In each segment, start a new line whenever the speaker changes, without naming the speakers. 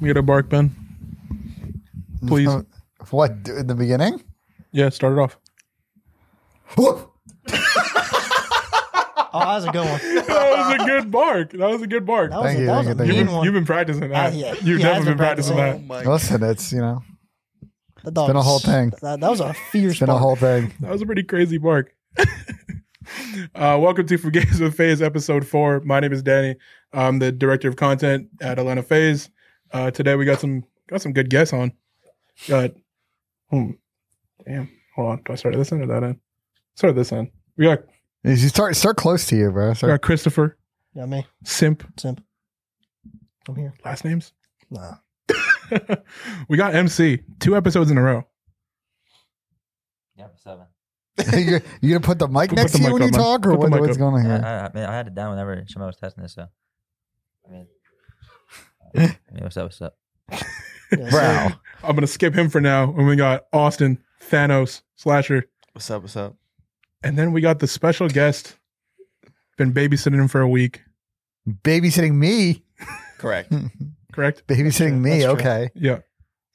We gotta bark, Ben. Please.
Uh, What d- in the beginning?
Yeah, start it off.
Oh, that was a good one.
That was a good bark. That was a good bark.
That was,
Thank
a,
you,
that
thank
was
you,
a
thank you.
mean
You've,
one.
been, you've been practicing that.
Uh, yeah.
You've
Yeah,
definitely
I've been
been practicing,
practicing Oh,
that.
my
Listen, it's you know,
That dog
been a whole
was-
thing.
That, that was a fierce
it's been a
bark.
whole thing.
That was a pretty crazy bark. uh, welcome to For Games with Phase, episode four. My name is Danny. I'm the director of content at Atlanta Phase. Uh, today we got some got some good guests on. Got hmm, damn. Hold on. Do I start at this end or that end? Start at this end. We got
You should start start close to you, bro.
we
Start,
got Christopher
You know what I mean?
Simp
Simp. I'm here.
last names.
Nah.
we got MC two episodes in a row.
Yeah, seven.
you you gonna put the mic
Put
next
the
to you
mic
when you
up, man.
talk, or
Put the
what,
mic
what's
up.
going on here?
I, I, I, mean, I had it down whenever Shimon was testing this, so. I mean, I mean, what's up? What's up?
Bro,
Yeah, so-
I'm gonna skip him for now. And we got Austin Thanos Slasher,
What's up? What's up?
and then we got the special guest. Been babysitting him for a week.
babysitting me,
Correct.
correct?
babysitting
That's
me.
true.
Okay,
Yeah.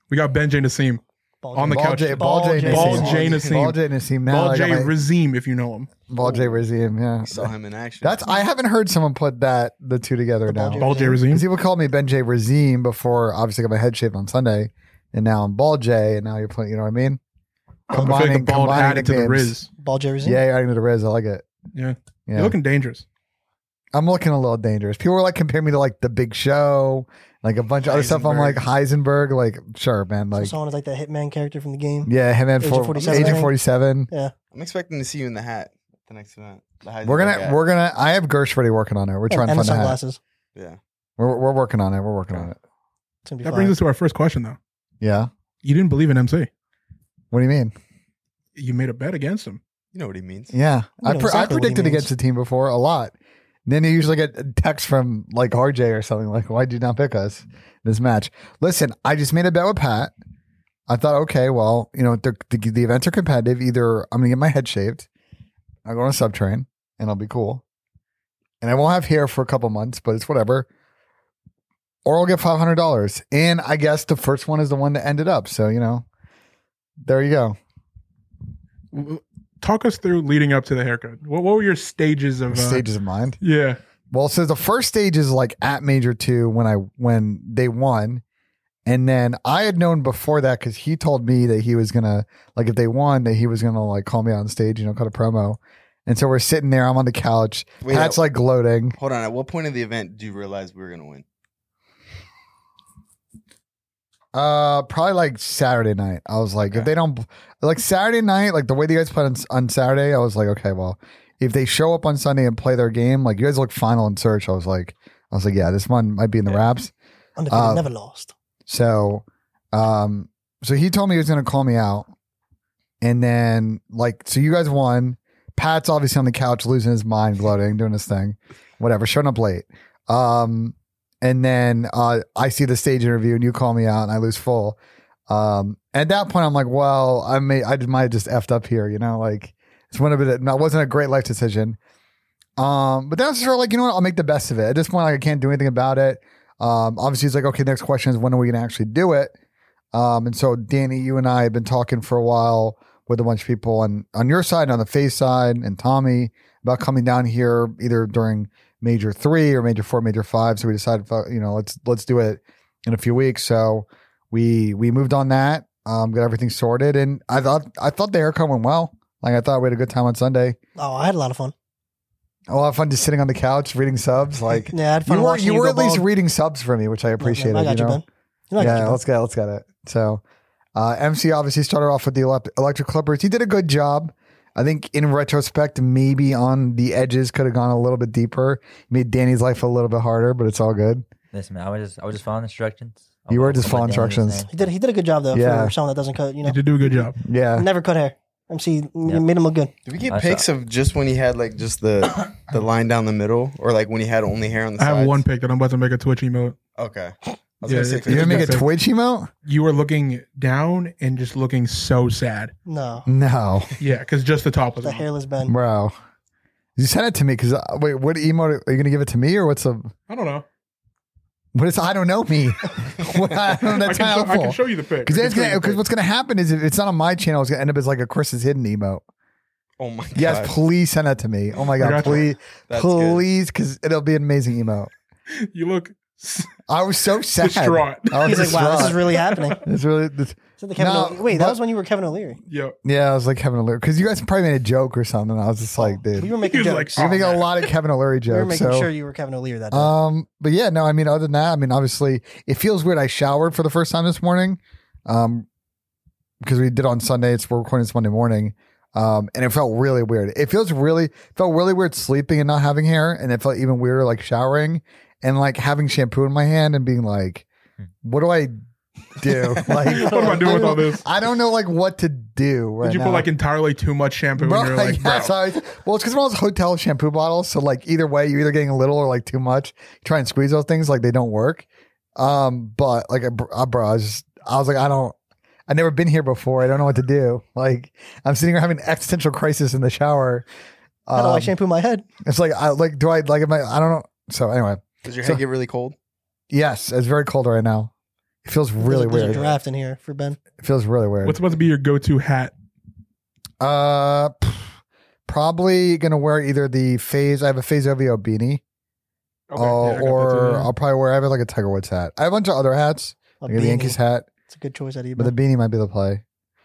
We got Ben J Nassim.
Ball
On the
Jane.
Ball
couch.
J, Ball J, Nassim.
Ball J Nassim.
Ball J Nassim. Now
Ball
I got
J
my-
Razim, if you know him.
Ball J Razim.
I saw
Yeah,
him in action.
that's I haven't heard someone put that the two together
The Ball
now.
J
Ball J
Because
Razim.
people called me Ben J. Razim before, obviously, I got my head shaved on Sunday, and now I'm Ball J, and now you're playing, you know what I mean?
I feel like the bald
combining
added to the
nicknames.
Riz.
Ball Jerry's in?
Yeah, you're adding to the Riz. I like it.
Yeah.
Yeah.
You're looking dangerous.
I'm looking a little dangerous. People were like comparing me to like The Big Show, like a bunch of other stuff. I'm like Heisenberg, like, sure, man.
So
Like,
someone is like the Hitman character from the game.
yeah, him and
Agent
for,
47, I
Agent
think.
47.
I'm expecting to see you in the hat at the next event. The Heisenberg
We're gonna,
hat.
we're gonna, I have Gersh already working on it. We're trying to
and the
find a hat.
sunglasses.
yeah.
We're, we're working on it. We're working on it.
It's gonna be
That
fine.
brings us to our first question, though.
Yeah.
You didn't believe in MC.
What do you mean?
You made a bet against him.
You know what he means.
Yeah,
You
I,
know
pre-
exactly
I
what he
predicted
means.
against the team before a lot. And then you usually get a text from like RJ or something like, "Why did you not pick us in this match?" Listen, I just made a bet with Pat. I thought, okay, well, you know, the, the, the events are competitive. Either I'm gonna get my head shaved, I'll go on a sub train, and I'll be cool, and I won't have hair for a couple months, but it's whatever. Or I'll get five hundred dollars, and I guess the first one is the one that ended up. So you know, there you go.
W- Talk us through leading up to the haircut. What, what were your stages of. Uh,
Stages of mind.
Yeah.
Well, so the first stage is like at major two when I when they won, and then I had known before that because he told me that he was gonna like if they won that he was gonna like call me on stage, you know, cut a promo. And so we're sitting there. I'm on the couch.
Wait, uh,
Pat's like gloating.
hold on. At what point of the event do you realize we were gonna win?
Uh, probably like Saturday night. I was like, if
Okay.
they don't like Saturday night, like the way the guys played on, on Saturday, I was like, okay, well, if they show up on Sunday and play their game, like you guys look final in search. I was like, I was like, yeah, this one might be in the
Yeah.
wraps.
Undefeated,
Uh,
never lost.
So, um, so he told me he was going to call me out, and then like, so you guys won. Pat's obviously on the couch losing his mind, gloating, doing his thing, whatever, showing up late. Um, and then uh, I see the stage interview, and you call me out, and I lose full. Um, at that point, I'm like, well, I may, I just might have just effed up here, you know, like it's one of it. No, it wasn't a great life decision. Um, but then I was sort of like, you know what, I'll make the best of it. At this point, like, I can't do anything about it. Um, obviously, it's like, okay, next question is when are we going to actually do it? Um, and so, Danny, you and I have been talking for a while with a bunch of people on, on your side and on the face side and Tommy about coming down here either during major three or major four, major five. So we decided, fuck, you know, let's, let's do it in a few weeks. So we, we moved on that, um, got everything sorted. And I thought, I thought the haircut went well. Like I thought we had a good time on Sunday.
Oh, I had a lot of fun.
A lot of fun just sitting on the couch reading subs. Like
Yeah, I had fun.
you were,
watching
you were
go
at least
bald.
reading subs for me, which I appreciated.
I got
you
you,
know?
Ben. You know, I got
yeah,
you, Ben.
let's get let's get it. So, uh, MC obviously started off with the elect- electric clippers. He did a good job. I think in retrospect, maybe on the edges could have gone a little bit deeper. Made Danny's life a little bit harder, but it's all good.
Listen, man, I was just, I was just following instructions.
You were
I'm-
just
I'm
following
down with this
instructions.
thing.
He did. He did a good job though.
Yeah.
For someone that doesn't cut, you know,
You did do a
Mm-hmm.
good job.
Yeah,
never cut hair. MC you made him look good.
Did we get
I
pics of just when he had like just the the line down the middle, or like when he had only hair on the
I
sides?
have one pick that I'm about to make a Twitch emote.
Okay. I was
Yeah,
gonna say,
it's-
you
it's-
gonna make a
That's it.
Twitch emote?
You were looking down and just looking so sad.
No,
No,
Yeah, because just the top was
the
on.
hairless Ben.
bro. uh, You sent it to me because wait, what emote are you gonna give it to me or what's a?
I don't know.
What does I don't know me? What- I don't know,
I
that's
can, show, I can
helpful.
show you the pic. I can show you the
Because
pic.
what's going to happen is if it's not on my channel, it's going to end up as like a Chris's hidden emote.
Oh my god.
Yes, please send that to me. Oh my
I
God,
gotcha.
please,
That's good.
please, because it'll be an amazing emote.
you look s-
I was so sad.
distraught.
I was
He's like, wow, this is
distraught.
really happening.
It's really, this,
So the Kevin
No,
O'Le- wait,
but-
that was when you were Kevin O'Leary.
Yo,
yeah, I was like Kevin O'Leary because you guys probably made a joke or something. I was just like, dude,
Oh, We
we
were
he
making
was
jokes.
like,
are
oh,
making a
man.
lot of Kevin O'Leary
we were
jokes.
making
so,
sure you were Kevin O'Leary that day.
Um, but yeah, no, I mean, other than that, I mean, obviously, it feels weird. I showered for the first time this morning, um, because we did on Sunday. It's we're recording this Monday morning, um, and it felt really weird. It feels really felt really weird sleeping and not having hair, and it felt even weirder like showering and like having shampoo in my hand and being like, what do I do? Like,
Hmm. What am I doing with all this?
I don't know, like what to do. Right
Did you
now.
put like entirely too much shampoo in your like,
yeah,
bro?
so I, well, it's because we're all hotel shampoo bottles. So like either way, you're either getting a little or like too much. You try and squeeze those things, like they don't work. Um, but like, I, I, bro, I was just, I was like, I don't, I've never been here before. I don't know what to do. Like I'm sitting here having an existential crisis in the shower.
How do I
Um,
shampoo my head?
it's like, I like, do I like, am I, I don't know. So anyway,
Does your
So-
head get really cold?
yes, it's very cold right now. It feels really
there's, a-
weird.
There's a draft in here for Ben.
It feels really weird.
What's about to be your go-to hat?
Uh, pff, probably gonna wear either the phase. I have a phase OVO beanie,
Okay, yeah, I
uh,
got that
or
too, yeah.
I'll probably wear. I have like a Tiger Woods hat. I have a bunch of other hats,
A
like the
beanie.
Yankees hat,
It's a good choice out of you,
but the
Ben.
beanie might be the play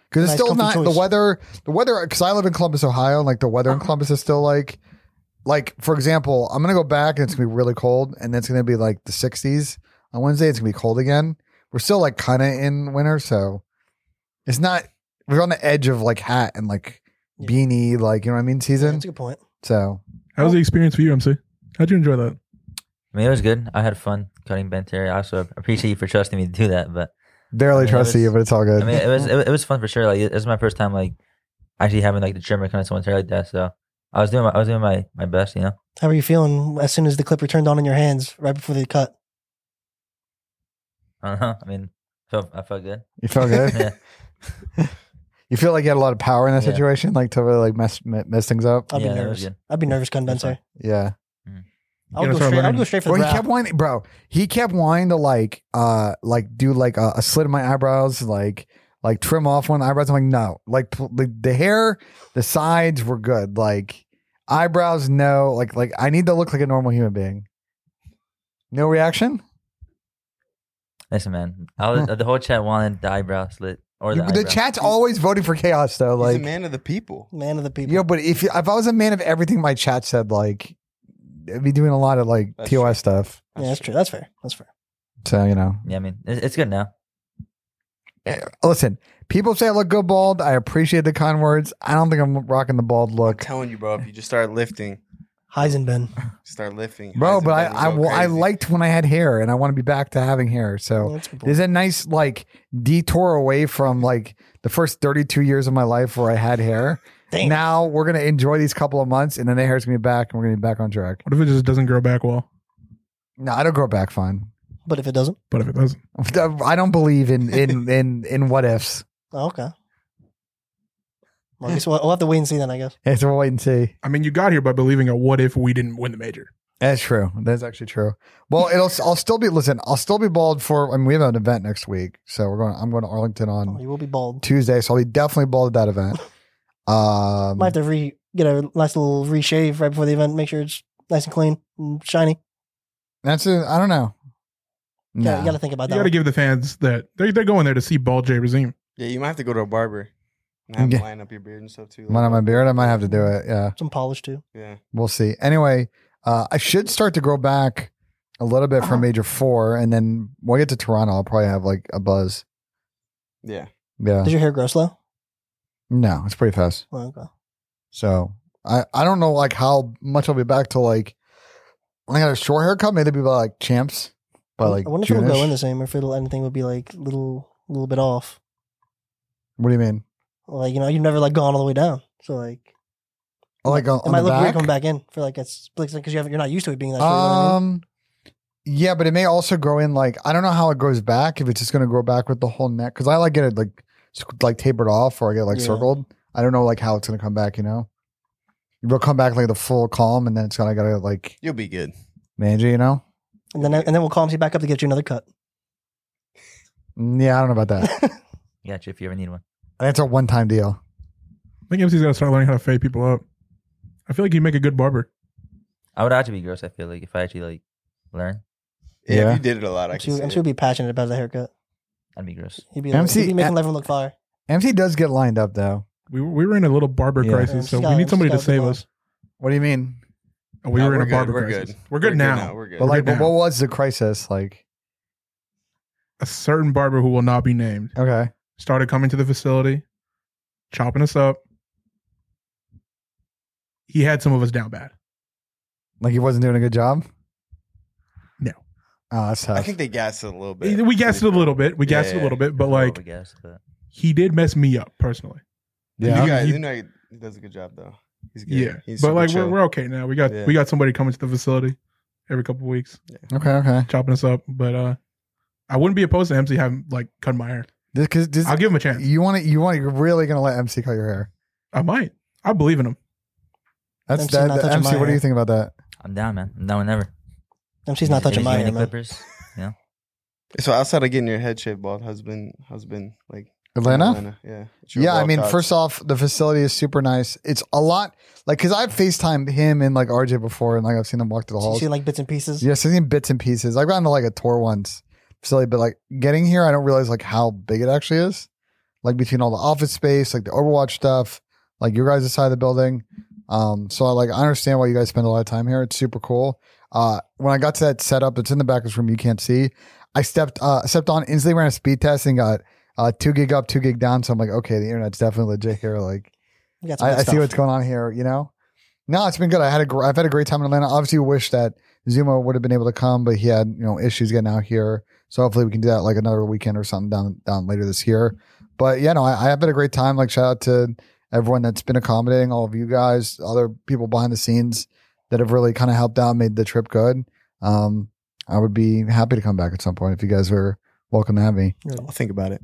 because it's
Nice,
still
comfy
not
choice.
the weather. The weather because I live in Columbus, Ohio, and like the weather in Columbus is still like, like for example, I'm gonna go back and it's gonna be really cold, and it's gonna be like the 60s on Wednesday. It's gonna be cold again. We're still like kind of in winter, so it's not. We're on the edge of like hat and like
Yeah.
beanie, like you know what I mean,
Yeah,
season.
That's a good point.
So
How was the experience for you, MC? How'd you enjoy that?
I mean, it was good. I had fun cutting Ben Terry. I also appreciate you for trusting me to do that. But
barely
I mean, it
trust
was-
you, but it's all good.
I mean, it was it, was- it was fun for sure. Like it was my first time like actually having like the trimmer come to someone's hair like that. So I was doing my, I was doing my, my best. You know,
How are you feeling as soon as the clipper turned on in your hands right before they cut?
I don't know. I mean, felt, I felt good.
you feel good.
Yeah.
you feel like you had a lot of power in that
Yeah.
situation, like to really like mess m- mess things up.
I'd be
Yeah, that was
nervous.
good.
I'd be nervous cutting Ben
That's fine.
Terry.
Yeah.
I'll
gonna
go
start
straight. I'll
learning-
go straight for
Well,
the
he
draft.
kept wanting, bro. He kept wanting to like, uh, like do like a, a slit in my eyebrows, like, like trim off one of the eyebrows. I'm like, no, like pl- the, the hair, the sides were good. Like eyebrows, no. Like, like I need to look like a normal human being. No reaction.
Listen, man. I was, the whole chat wanted the eyebrow slit or the,
You- the
eyebrow.
chat's always voting for chaos, though.
He's
Like,
a man of the people.
Man of the people.
Yeah, but if if I was a man of everything, my chat said like, I'd be doing a lot of like
That's
TOS stuff.
yeah, that's true. That's fair. That's fair.
So you know,
Yeah, I mean, it's, it's good now.
Eh, listen, people say I look good bald. I appreciate the kind words. I don't think I'm rocking the bald
I'm
look,
telling you, bro. If you just start lifting,
Heisenben.
start lifting,
bro.
Heisenberg
But I
will
I,
go
well, I
crazy.
liked when I had hair, and I want to be back to having hair. So
That's a good point.
there's a nice like detour away from like the first 32 years of my life where I had hair.
Damn.
Now we're gonna enjoy these couple of months, and then the hair's gonna be back, and we're gonna be back on track.
What if it just doesn't grow back well?
No, I don't grow back fine.
But if it doesn't,
But if it doesn't,
I don't believe in in in in what ifs.
oh, okay. Well, I guess we'll, we'll have to wait and see then. I guess.
Yeah, so we'll wait and see.
I mean, you got here by believing a what if we didn't win the major.
That's true. That's actually true. Well, it'll. I'll still be. Listen, I'll still be bald for. I mean, we have an event next week, so we're going. I'm going to Arlington
Oh,
on
you will be bald.
Tuesday, so I'll be definitely bald at that event. Um,
Might have to re get a nice little reshave right before the event. Make sure it's nice and clean, and shiny.
that's. A, I don't know. No,
Yeah, you got to think about
You
that.
got to
one.
give the fans that they're, they're going there to see Ball J Razim.
Yeah, you might have to go to a barber. And have
Yeah.
him line up your beard and stuff too.
mine on my beard. I might have to do it. Yeah,
Some polish too.
Yeah.
we'll see. Anyway, uh, I should start to grow back a little bit
Uh-huh.
for major four, and then when I get to Toronto, I'll probably have like a buzz.
Yeah.
Yeah.
Does your hair grow slow?
No, it's pretty fast.
Oh, okay.
So I, I don't know like how much I'll be back to like when I got a short haircut, maybe it'll be by like champs. By like
I wonder if it'll
June-ish.
go in the same or if it'll anything would be like little little bit off.
What do you mean?
Like you know, you've never like gone all the way down. So like,
Oh, Like on,
it
on
might
the
look
back?
weird coming back in for like it's because you haven't, you're not used to it being that. short, you know what I mean?
Um Yeah, but it may also grow in like I don't know how it grows back, if it's just gonna grow back with the whole neck. Cause I like get it like sc- like tapered off or I get like
Yeah.
circled. I don't know like how it's gonna come back, you know? It'll come back like the full calm and then it's gonna gotta like
You'll be good.
manage it, you know?
and then and then we'll calm you back up to get you another cut.
Mm, Yeah, I don't know about that.
Yeah, if you ever need one.
That's a one time deal.
I think MC's got to start learning how to fade people up. I feel like he'd make a good barber.
I would actually be gross. I feel like if I actually like learn,
Yeah,
Yeah.
if you did it a lot, I
I'm
can
sure,
see
I'm
it.
sure he'd be passionate about the haircut.
I'd be gross.
He'd be, like,
MC
he'd be making everyone look fire.
MC does get lined up though.
We were, we were in a little barber
Yeah.
crisis,
Yeah,
so
Scott-
we need somebody to
Scott would
save
love.
us.
What do you mean?
And we
No,
were in
we're
a
good,
barber
we're
crisis.
good.
We're good now.
We're good.
But like,
Right
but
now.
what was the crisis like?
A certain barber who will not be named
Okay,
started coming to the facility, chopping us up. He had some of us down bad.
like he wasn't doing a good job.
No.
Oh, that's tough.
I think they gassed it a little bit.
We gassed it a little bit. We gassed it a
Yeah.
little bit, but
I
like
guess, but
he did mess me up personally.
Yeah,
yeah.
you guys,
You-
you know he does a good job though. He's good.
Yeah,
He's
but
super
like
chill.
we're, we're okay now. We got
Yeah.
we got somebody coming to the facility every couple weeks,
Okay, okay.
chopping us up. But uh I wouldn't be opposed to MC having like cut my hair.
This, cause this,
I'll give him a chance.
you want to, you want, you're really gonna let MC cut your hair.
I might. I believe in him.
That's
MC
that.
not touching
MC,
my
what do
hair.
you think about that?
I'm down, man. I'm down whenever.
MC's not touching
Anything
my hair,
in the
man.
Clippers.
so outside of getting your head shaved bald, husband, husband, like
Atlanta?
yeah. It's your
Yeah, I
bald
mean,
thoughts.
first off, the facility is super nice. It's a lot like because I've FaceTimed him and like RJ before, and like I've seen them walk through the
So you
halls.
see like bits and pieces.
Yes, I've seen bits and pieces. I've gotten to like a tour once facility, but like getting here, I don't realize like how big it actually is. Like between all the office space, like the Overwatch stuff, like your guys' side of the building. Um, so I like I understand why you guys spend a lot of time here. It's super cool. Uh, when I got to that setup, it's in the back of this room you can't see. I stepped uh stepped on instantly ran a speed test and got uh two gig up, two gig down. So I'm like, okay, the internet's definitely legit here. Like
You got some
I,
good
I see
stuff.
what's going on here. You know, no, it's been good. I had a gr- I've had a great time in Atlanta. Obviously, wish that Zuma would have been able to come, but he had you know issues getting out here. So hopefully, we can do that like another weekend or something down down later this year. But yeah, no, I, I have had a great time. Like shout out to everyone that's been accommodating, all of you guys, other people behind the scenes that have really kind of helped out, made the trip good. Um, I would be happy to come back at some point if you guys are welcome to have me.
I'll think about it.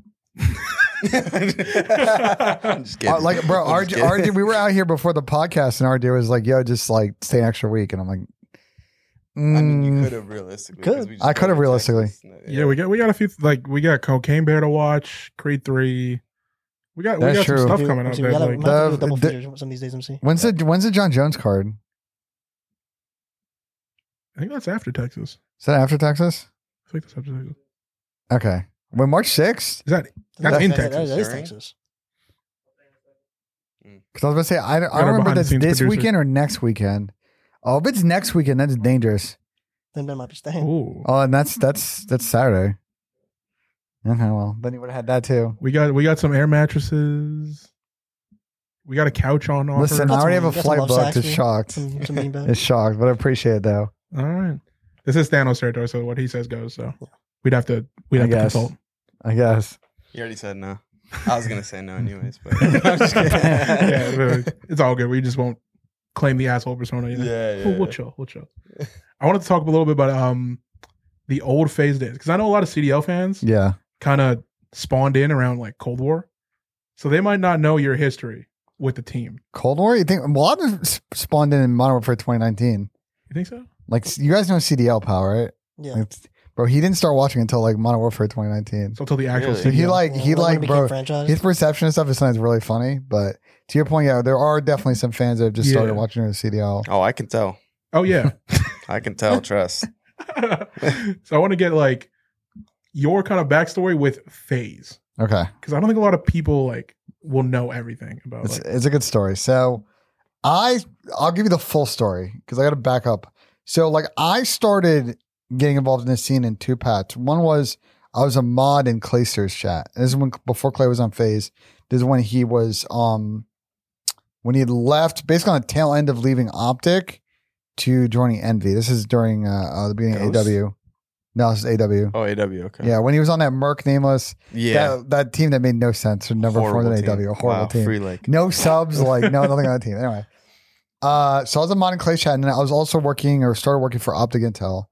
I'm just kidding.
Uh, like, bro,
I'm
RJ,
just kidding.
RJ, we were out here before the podcast, and RJ was like, "Yo, just like stay an extra week," and I'm like,
I mean, you
mm,
could have realistically. 'cause
Could.
we just
I could
go
have
to
realistically.
Texas. No,
Yeah. we got we got a few like we got Cocaine Bear to watch, Creed Three. We got we
That's
got
true.
some stuff
Dude,
coming up
MC,
there.
We gotta,
like-
we might have to do
The-
a double
the-
feature some of these days, MC.
When's the when's the John Jones card?
I think that's after Texas.
Is that after Texas?
I think that's after Texas.
Okay, when March sixth?
Is that That's in
that-
Texas,
That is
right?
Texas.
Because I was about to say I,
Got
don't- I don't
our
remember if that's
behind-the-scenes
this
producer.
weekend or next weekend. Oh, if it's next weekend, that's dangerous.
Then Ben might be staying.
oh
Oh, and that's that's that's Saturday. Okay, well then you would have had that too.
we got we got some air mattresses. We got a couch on offer.
Listen, I
That's
already have a
some- that's some
flight
love
booked.
sacks,
It's
man.
shocked.
Some, some beanbags.
It's shocked, but I appreciate it though.
All right. This is Thanos territory, so what he says goes. So we'd have to we'd
I
have to
guess.
consult.
I guess.
You already said no. I was gonna say no anyways, but I'm just kidding.
yeah, really. it's all good. We just won't claim the asshole persona. You know?
yeah,
We'll, we'll chill. We'll chill. I wanted to talk a little bit about um the old phase days because I know a lot of CDL fans
Yeah.
kind of spawned in around like Cold War, so they might not know your history with the team.
Cold War? You think? Well, I've been sp- spawned in in Modern Warfare 2019.
You think so?
Like you guys know CDL Power, right?
Yeah.
Like, bro, he didn't start watching until like Modern Warfare 2019.
So until the actual
Really?
So
CDL.
he like
Yeah,
he
when it
like
became
bro,
franchised.
his perception of stuff is sometimes really funny. But to your point, yeah, there are definitely some fans that have just started
Yeah.
watching the CDL.
Oh, I can tell.
oh yeah.
I can tell. Trust.
so I want to get like your kind of backstory with phase.
Okay,
because I don't think a lot of people like will know everything about
it's
like
it's a good story. So I I'll give you the full story because I got to back up. So like I started getting involved in this scene in two paths. One was I was a mod in Clayster's chat. This is when before Clay was on Phase. This is when he was um when he had left, basically on the tail end of leaving Optic to joining Envy. This is during uh, uh the beginning
Ghost?
of AW. No, this is AW.
Oh, AW. Okay.
Yeah, when he was on that Merc Nameless,
Yeah.
that, that team that made no sense, never formed an AW, a horrible
Wow,
team
Free like.
no subs, like no nothing on the team. Anyway, uh, so I was a mod in Clay Chat, and I was also working or started working for Optic Intel.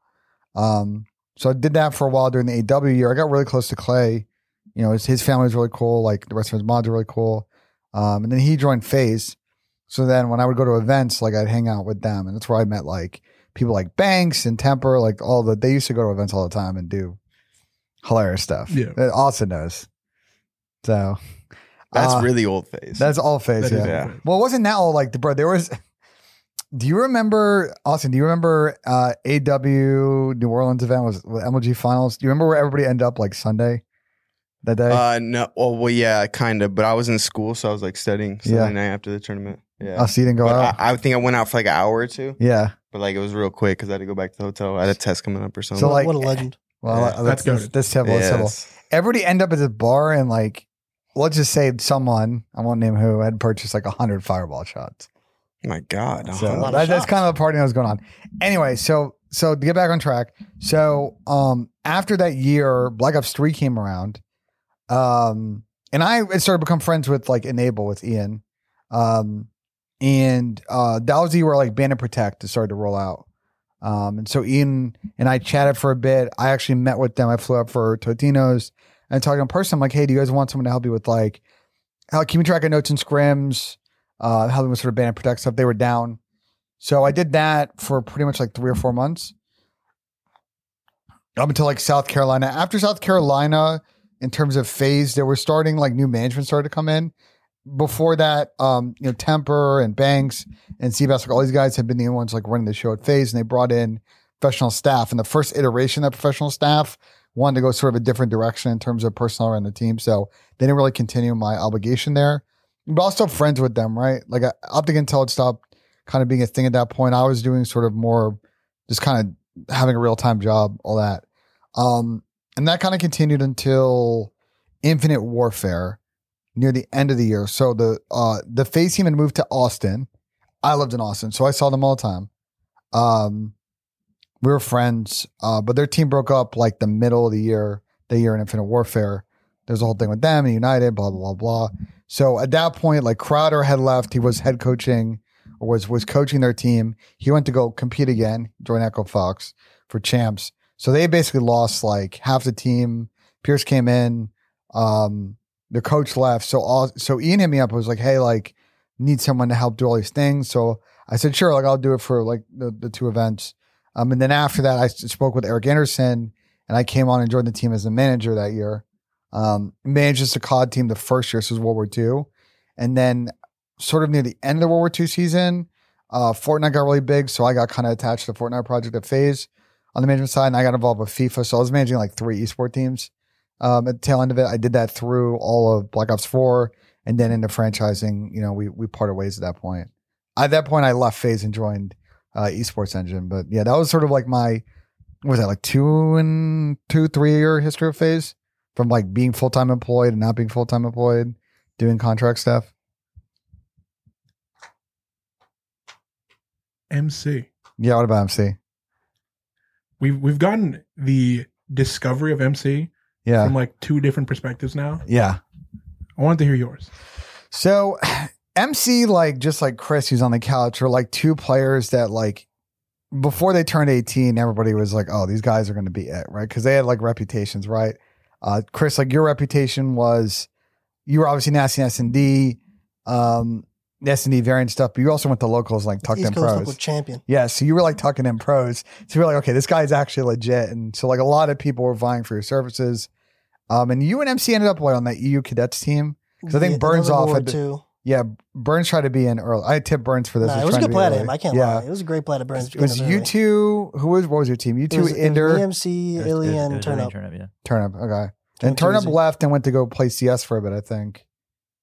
Um, so I did that for a while during the AW year. I got really close to Clay. You know, his, his family was really cool. Like the rest of his mods are really cool. Um, and then he joined Phase. So then when I would go to events, like I'd hang out with them, and that's where I met like people like Banks and Temper, like all the they used to go to events all the time and do hilarious stuff.
Yeah.
that Austin knows. So
That's
uh,
really old phase.
that's all phase.
That is
yeah.
old
yeah.
phase.
Well, it wasn't that all like the bro. There was. Do you remember Austin? Do you remember uh, AW New Orleans event was was MLG Finals? Do you remember where everybody ended up like Sunday that day?
Uh, no. Well, well yeah, kind of. But I was in school, so I was like studying Sunday
Yeah.
night after the tournament. Yeah.
oh, so you didn't go
But
out.
I, I think I went out for like an hour or two,
yeah.
but like it was real quick because I had to go back to the hotel. I had a test coming up or something.
So, like-
what a legend.
Well,
Yeah.
that's
That's
that's,
goated.
that's terrible. That's
Yeah,
terrible.
it's-
Everybody end up at this bar and like, let's just say someone I won't name who had purchased like hundred fireball shots.
my God.
So
uh-huh.
lot of
that- that's
shots.
kind of a party that was going on. Anyway, so so to get back on track, so um after that year, Black Ops Three came around, um, and I had started to become friends with like Enable with Ian, um, and uh, that was the year where like Bandit Protect started to roll out. Um, and so Ian and I chatted for a bit. I actually met with them. I flew up for Totino's and talking in person. I'm like, hey, do you guys want someone to help you with like, how keeping track of notes and scrims, uh, helping with sort of band protect stuff? They were down. So I did that for pretty much like three or four months up until like South Carolina. After South Carolina, in terms of phase, they were starting like new management started to come in. Before that, um, you know, Temper and Banks and Seabass, like all these guys had been the only ones like running the show at phase and they brought in professional staff. And the first iteration of that professional staff wanted to go sort of a different direction in terms of personnel around the team. So they didn't really continue my obligation there. But I was still friends with them, right? Like uh, I, up to until it stopped kind of being a thing at that point. I was doing sort of more just kind of having a real time job, all that. Um, and that kind of continued until Infinite Warfare near the end of the year. So the uh the face team had moved to Austin. I lived in Austin, so I saw them all the time. Um we were friends, uh, but their team broke up like the middle of the year, the year in Infinite Warfare. There's a whole thing with them and United, blah, blah, blah, blah. So at that point, like Crowder had left. He was head coaching or was was coaching their team. He went to go compete again, join Echo Fox for champs. So they basically lost like half the team. Pierce came in. Um, the coach left. So all, so Ian hit me up. I was like, hey, like, need someone to help do all these things. So I said, sure, like I'll do it for like the, the two events. Um, and then after that, I s- spoke with Eric Anderson and I came on and joined the team as the manager that year. Um, managed the COD team the first year, so it was World War II. And then, sort of near the end of the World War II season, uh, Fortnite got really big. So I got kind of attached to the Fortnite project at Phase on the management side. And I got involved with FIFA. So I was managing like three esports teams um, at the tail end of it. I did that through all of Black Ops 4 and then into franchising. You know, we, we parted ways at that point. At that point, I left Phase and joined uh, Esports Engine. But yeah, that was sort of like my what was that like two and two three year history of phase from like being full time employed and not being full time employed, doing contract stuff.
MC.
Yeah, what about MC?
We've we've gotten the discovery of MC
Yeah,
from like two different perspectives now.
yeah.
I wanted to hear yours.
So MC like just like Chris who's on the couch are like two players that like before they turned 18 everybody was like oh these guys are going to be it right cuz they had like reputations right uh Chris like your reputation was you were obviously nasty S and D um S and D variant stuff but you also went to locals like tucked in
East Coast local
pros
champion.
yeah, so you were like tucking in pros. So you were like, okay, this guy's actually legit. And so like a lot of people were vying for your services. Um, and you and MC ended up what on that EU cadets team? 'Cause I think
Yeah,
Burns
another
off
World
had-
War
Yeah, Burns tried to be in early. I tipped Burns for
II.
this.
Nah,
He's
it was a
trying to
good
be
play at
early.
him. I can't
yeah.
lie. It was a great play at Burns.
It was you two. Who was what was your team? You two, Inder,
It
MC,
was-
Illy,
it was- it
and
was really
Turnup.
Turn Up, yeah.
Turnip. Okay, and Turnip
Turner-
left and went to go play CS for a bit. I think,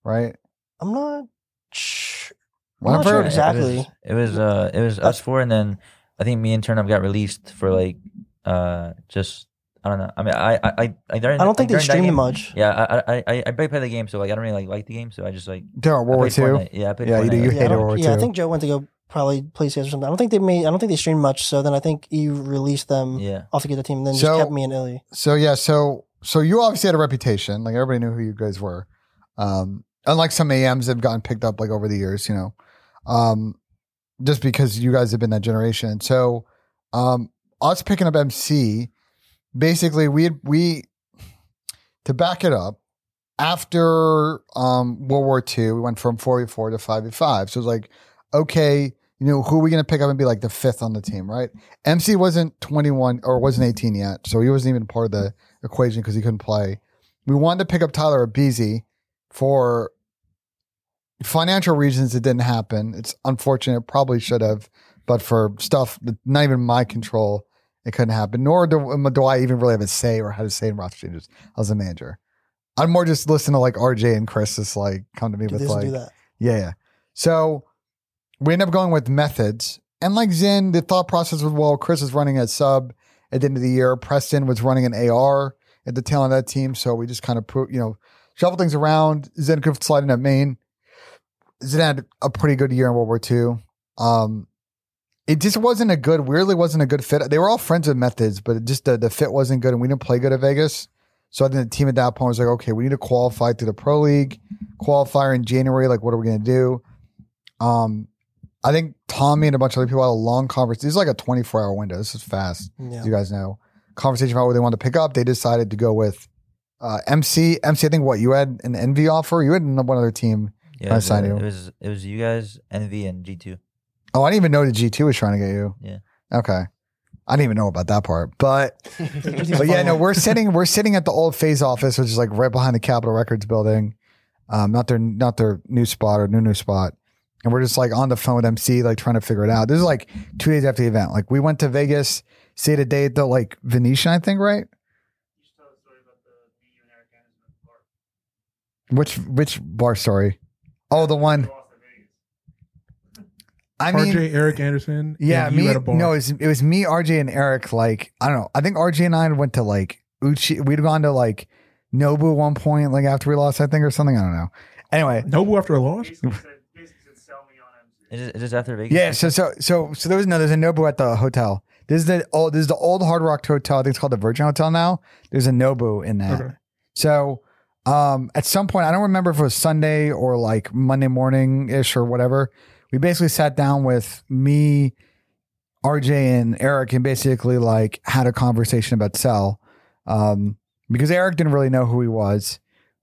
right?
I'm not. sh-
When
I'm
I
not sure
first-
exactly.
It was, it was uh it was us four and then I think me and Turnup got released for like uh just I don't know. I mean I I I, I, during,
I don't think they
during that
streamed
game-
much.
Yeah, I I I I barely played the game, so like I don't really like like the game, so I just like
During World
I
War
played
Two.
Fortnite. Yeah, I played
Yeah, you do. You
Fortnite.
Yeah, I
hated
don't-
World War
yeah, I
Two.
think Joe went to go probably play CS or something. I don't think they made. I don't think they streamed much. So then I think EU released them
Yeah.
off the other team, and then
So-
just kept me and Illy.
So yeah, so so you obviously had a reputation. Like everybody knew who you guys were. Um, unlike some AMs that have gotten picked up like over the years, you know, um, just because you guys have been that generation. So um, us picking up MC, basically we had, we to back it up. After um, World War II, we went from 4v4 to 5v5. So it was like, okay, you know, who are we going to pick up and be like the fifth on the team, right? MC wasn't 21 or wasn't 18 yet, so he wasn't even part of the equation because he couldn't play. We wanted to pick up Tyler Abizi for financial reasons. It didn't happen. It's unfortunate. It probably should have, but for stuff that not even my control, it couldn't happen. Nor do, um, do I even really have a say or how to say in roster changes as a manager. I'm more just listening to like RJ and Chris just like come to me
Do
with
this
like
and do that.
yeah, yeah. So we end up going with methods. And like Zin, the thought process was well, Chris was running a sub at the end of the year. Preston was running an AR at the tail end of that team. So we just kind of put, you know, shuffle things around. Zin could slide in at Maine. Zin had a pretty good year in World War II. Um, it just wasn't a good, weirdly wasn't a good fit. They were all friends with methods, but it just the, the fit wasn't good and we didn't play good at Vegas. So I think the team at that point was like, okay, we need to qualify through the pro league qualifier in January. Like, what are we going to do? Um, I think Tommy and a bunch of other people had a long conversation. This is like a 24 hour window. This is fast, as
Yeah.
you guys know. Conversation about what they wanted to pick up. They decided to go with uh, MC. MC, I think what you had an envy offer. You had one other team.
Yeah,
I
it was,
signed
uh,
you.
it was it was you guys, NV, and G two.
Oh, I didn't even know the G2 was trying to get you.
Yeah.
Okay. I didn't even know about that part, but but yeah, no, we're sitting we're sitting at the old phase office, which is like right behind the Capitol Records building. Um, not their not their new spot or new new spot. And we're just like on the phone with MC, like trying to figure it out. This is like two days after the event. Like we went to Vegas, stayed a day at the like Venetian, I think, right? Which which bar story? Oh, the one. I mean,
RJ Eric Anderson.
yeah,
and you
me.
at a bar.
No, it was, it was me, RJ, and Eric. Like I don't know. I think RJ and I went to like Uchi. We'd gone to like Nobu at one point, like after we lost, I think, or something. I don't know. Anyway,
Nobu after a loss.
Is it, is it after Vegas?
yeah. So so so so there was no. There's a Nobu at the hotel. This is the old. This is the old Hard Rock Hotel. I think it's called the Virgin Hotel now. There's a Nobu in that.
Okay.
So um, at some point, I don't remember if it was Sunday or like Monday morning ish or whatever. We basically sat down with me, RJ, and Eric, and basically like had a conversation about Cell um, because Eric didn't really know who he was.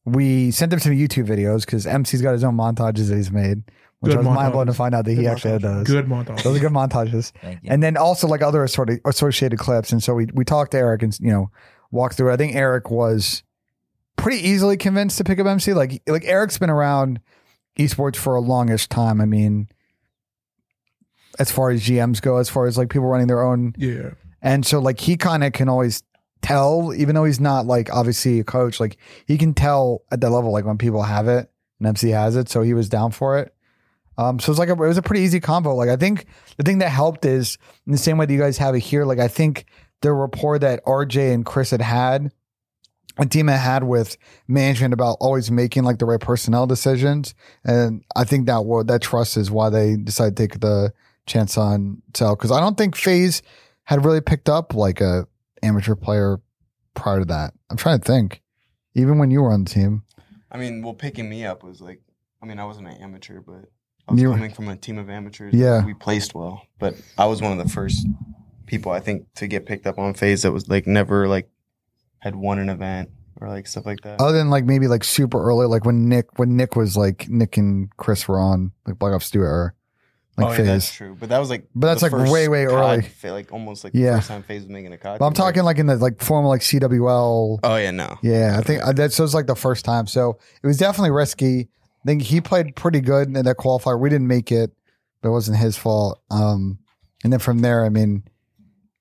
We sent him some YouTube videos because MC's got his own montages that he's made, which
Good
I was mind blown to
montages.
find out that he
Good
actually had uh,
montage.
those.
Good montage.
Those are good montages
Thank you.
and then also like other assorted, associated clips. And so we we talked to Eric and you know walked through. it. I think Eric was pretty easily convinced to pick up MC. Like like Eric's been around esports for a longish time. I mean, as far as GMs go, as far as like people running their own
yeah.
and so like he kind of can always tell, even though he's not like obviously a coach, like he can tell at that level, like when people have it and MC has it. So he was down for it. Um, so it was like a, it was a pretty easy combo. Like I think the thing that helped is in the same way that you guys have it here. Like I think the rapport that RJ and Chris had had, a team had had with management about always making like the right personnel decisions, and I think that wa- that trust is why they decided to take the chance on Sal. Because I don't think Phase had really picked up like a amateur player prior to that. I'm trying to think. Even when you were on the team,
I mean, well, picking me up was like, I mean, I wasn't an amateur, but I was
You were-
coming from a team of amateurs.
Yeah.
we placed well, but I was one of the first people I think to get picked up on phase that was like never like had won an event or like stuff like that.
other than like maybe like super early, like when Nick when Nick was like Nick and Chris were on like Black Ops Two era, like
oh, yeah, that's
phase.
true. But that was like,
But that's,
the
like, way, way
COD
early.
fa- like almost like
Yeah.
the first time phase was making a COD.
But I'm
team,
talking
right?
like in the like formal like CWL.
Oh yeah, no.
Yeah, I think uh, that's so it's like the first time. So it was definitely risky. I think he played pretty good in that qualifier. We didn't make it, but it wasn't his fault. Um, and then from there, I mean,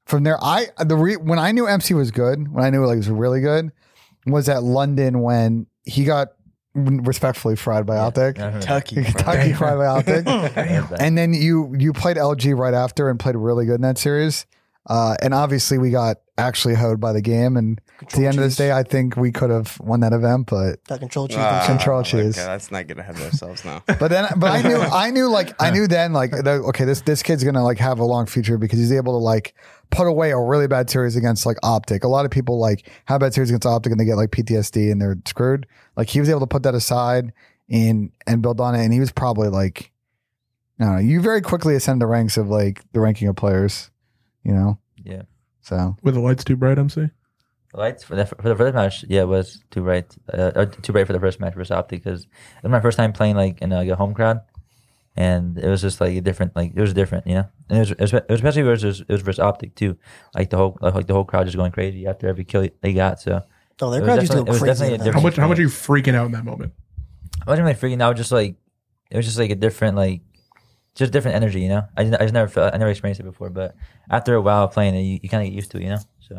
from there, I the re, when I knew MC was good, when I knew like he was really good, was at London when he got respectfully fried by
Yeah,
Optic,
yeah, I remember.
Kentucky.
Kentucky
bro.
fried by Optic.
I remember that.
And then you you played LG right after and played really good in that series. Uh, and obviously we got actually hoed by the game. And to the end of this day, I think we could have won that event, but
That control cheat.
Ah,
Control
okay,
cheese.
Let's not get ahead of ourselves now.
but then but I knew I knew like I knew then like the- okay this this kid's gonna like have a long future because he's able to like put away a really bad series against like Optic. A lot of people like have bad series against Optic and they get like PTSD and they're screwed. Like he was able to put that aside and and build on it. And he was probably like I don't know. You very quickly ascend the ranks of like the ranking of players, you know.
Yeah.
So
Were the lights too bright, MC?
The lights for the for the first match, yeah, it was too uh, bright, uh, or too bright for the first match versus Optic because it was my first time playing like in a, like, a home crowd, and it was just like a different, like it was different, you know. And it was, it was it was especially versus it was versus optic too. Like the whole like the whole crowd just going crazy after every kill they got. So
Oh, their
It was
crowd used to go
definitely- it was
crazy.
definitely a
at that.
How
different-
much? How much are you freaking out in that moment?
I wasn't really freaking out. Just like it was just like a different like just different energy, you know. I didn't, I just never felt I never experienced it before. But after a while of playing it, you, you kind of get used to it, you know. So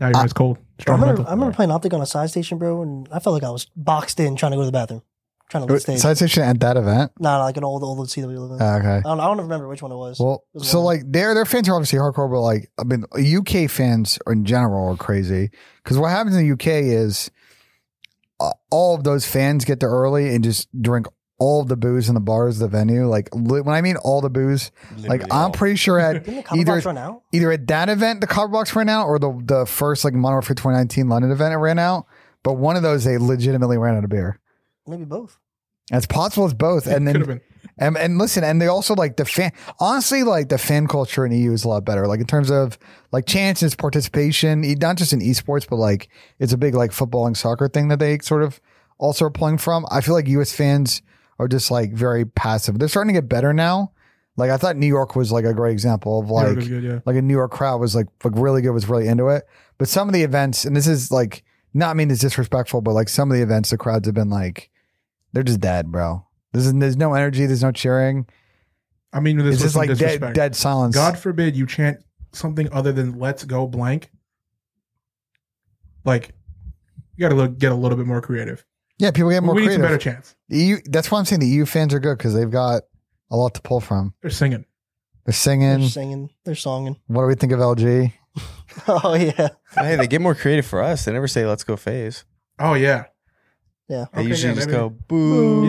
Now your
I-
eyes cold.
I
Strong
remember,
mental.
I remember playing optic on a side station, bro, and I felt like I was boxed in trying to go to the bathroom, trying to leave stage.
Side station at that event.
Nah, like an old old CW event.
Ah, okay.
I don't, I don't remember which one it was.
Well,
It was
so
one.
like their their fans are obviously hardcore, but like I mean, UK fans in general are crazy because what happens in the UK is uh, all of those fans get there early and just drink all of the booze in the bars, of the venue. Like li- when I mean all the booze, like I'm pretty sure at
Didn't the comic
either-
box run out?
either at that event the cover box ran out or the the first like Modern Warfare 2019 London event it ran out. But one of those they legitimately ran out of beer.
Maybe both.
As possible as both,
Could
and then
have been.
and, and listen, and they also like the fan. Honestly, like the fan culture in EU is a lot better. Like in terms of like chances, participation, e- not just in esports, but like it's a big like football and soccer thing that they sort of also are pulling from. I feel like US fans are just like very passive. They're starting to get better now. Like I thought New York was like a great example of
Like,
like
was good, yeah.
like a New York crowd was like like really good, was really into it. But some of the events, and this is like not I mean it's disrespectful, but like some of the events, the crowds have been like they're just dead, bro. There's there's no energy, there's no cheering.
I mean, this
it's
was
just
some
like dead
disrespect.
dead silence.
God forbid you chant something other than "Let's go blank." Like, you got to look, get a little bit more creative.
yeah, people get more
we need some better
creative.
chants.
The EU, that's why I'm saying the EU fans are good because they've got a lot to pull from.
They're singing.
They're
They're
singing.
singing. They're songing.
What do we think of LG?
Oh yeah.
hey, they get more creative for us. They never say "Let's go phase."
Oh yeah,
Yeah.
They
Okay,
usually
yeah,
just
maybe.
go boo.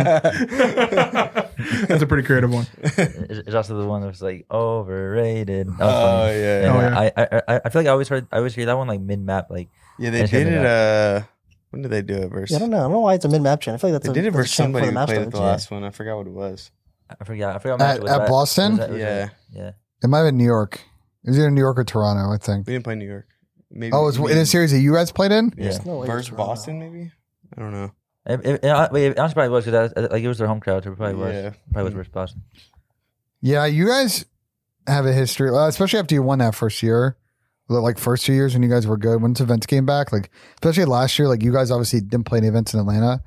Yeah, that's a pretty creative one.
it's it's also the one that was like overrated. That was
oh
funny.
yeah.
And
Oh, yeah.
I, I I I feel like I always heard I always hear that one like mid map like
Yeah,
I
they
just heard
did it. Uh, when did they do it?
Yeah, I
Versus
don't know. I don't know why it's a mid map chant. I feel like that's
they
a,
did it
that's a
versus
chant before
somebody who
map
played at
starts,
the
yeah.
last one. I forgot what it was.
I forgot I forgot what
At-
match it was,
at
but it
Boston?
was at- it was
Yeah,
at- yeah
It might have been New York. It was either New York or Toronto, I think.
we didn't play New York. Maybe
Oh, it was
maybe-
in a series that you guys played in?
yeah.
Yeah.
No way it was
versus
Toronto.
Boston, maybe. I don't know.
It, it, it, hon- wait, it honestly probably was because like it was their home crowd. So it probably was.
Yeah.
Probably was versus Boston.
Yeah, you guys have a history, well, especially after you won that first year, the, like first two years when you guys were good. Once events came back, like especially last year, like you guys obviously didn't play any events in Atlanta,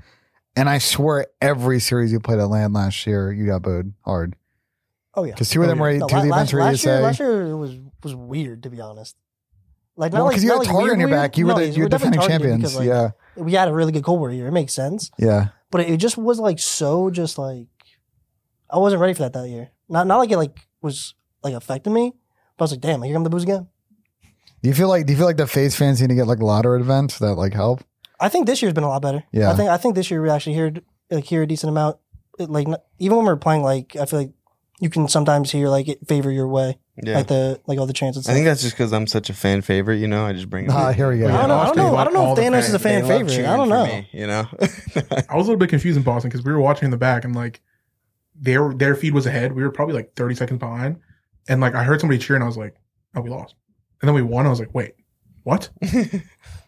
and I swear every series you played at Atlanta last year, you got booed hard
Oh yeah.
because two of them
Oh,
were
No,
two of
la-
the events
last,
were E
last year,
ESA.
last year it was was weird to be honest. Like not
Well,
like
because you
not
had
like
Target on
weird,
your
weird.
back, you
No,
were
it
the, you were defending
definitely targeted
champions.
because, like,
yeah,
we had a really good Cold War year. It makes sense,
yeah.
but it just was like so just like I wasn't ready for that that year. Not not like it like was like affecting me, but I was like, damn, like, here come the booze again.
Do you feel like do you feel like the face fans need to get like louder events that like help?
I think this year's been a lot better.
Yeah.
I think I think this year we actually heard like hear a decent amount. It, Like n- even when we we're playing, like I feel like you can sometimes hear like it favor your way,
Yeah,
like the like all the chances.
I think that's just because I'm such a fan favorite. You know, I just bring. it
Ah,
up.
here we go.
I
I don't know. I don't know. I don't know if
All the
Thanos is a
fans,
fan
They love
favorite.
cheering
I don't
for
know.
me, you know.
I was a little bit confused in Boston because we were watching in the back and like their their feed was ahead. We were probably like 30 seconds behind, and like I heard somebody cheer and I was like, "Oh, we lost." And then we won. I was like, "Wait, what?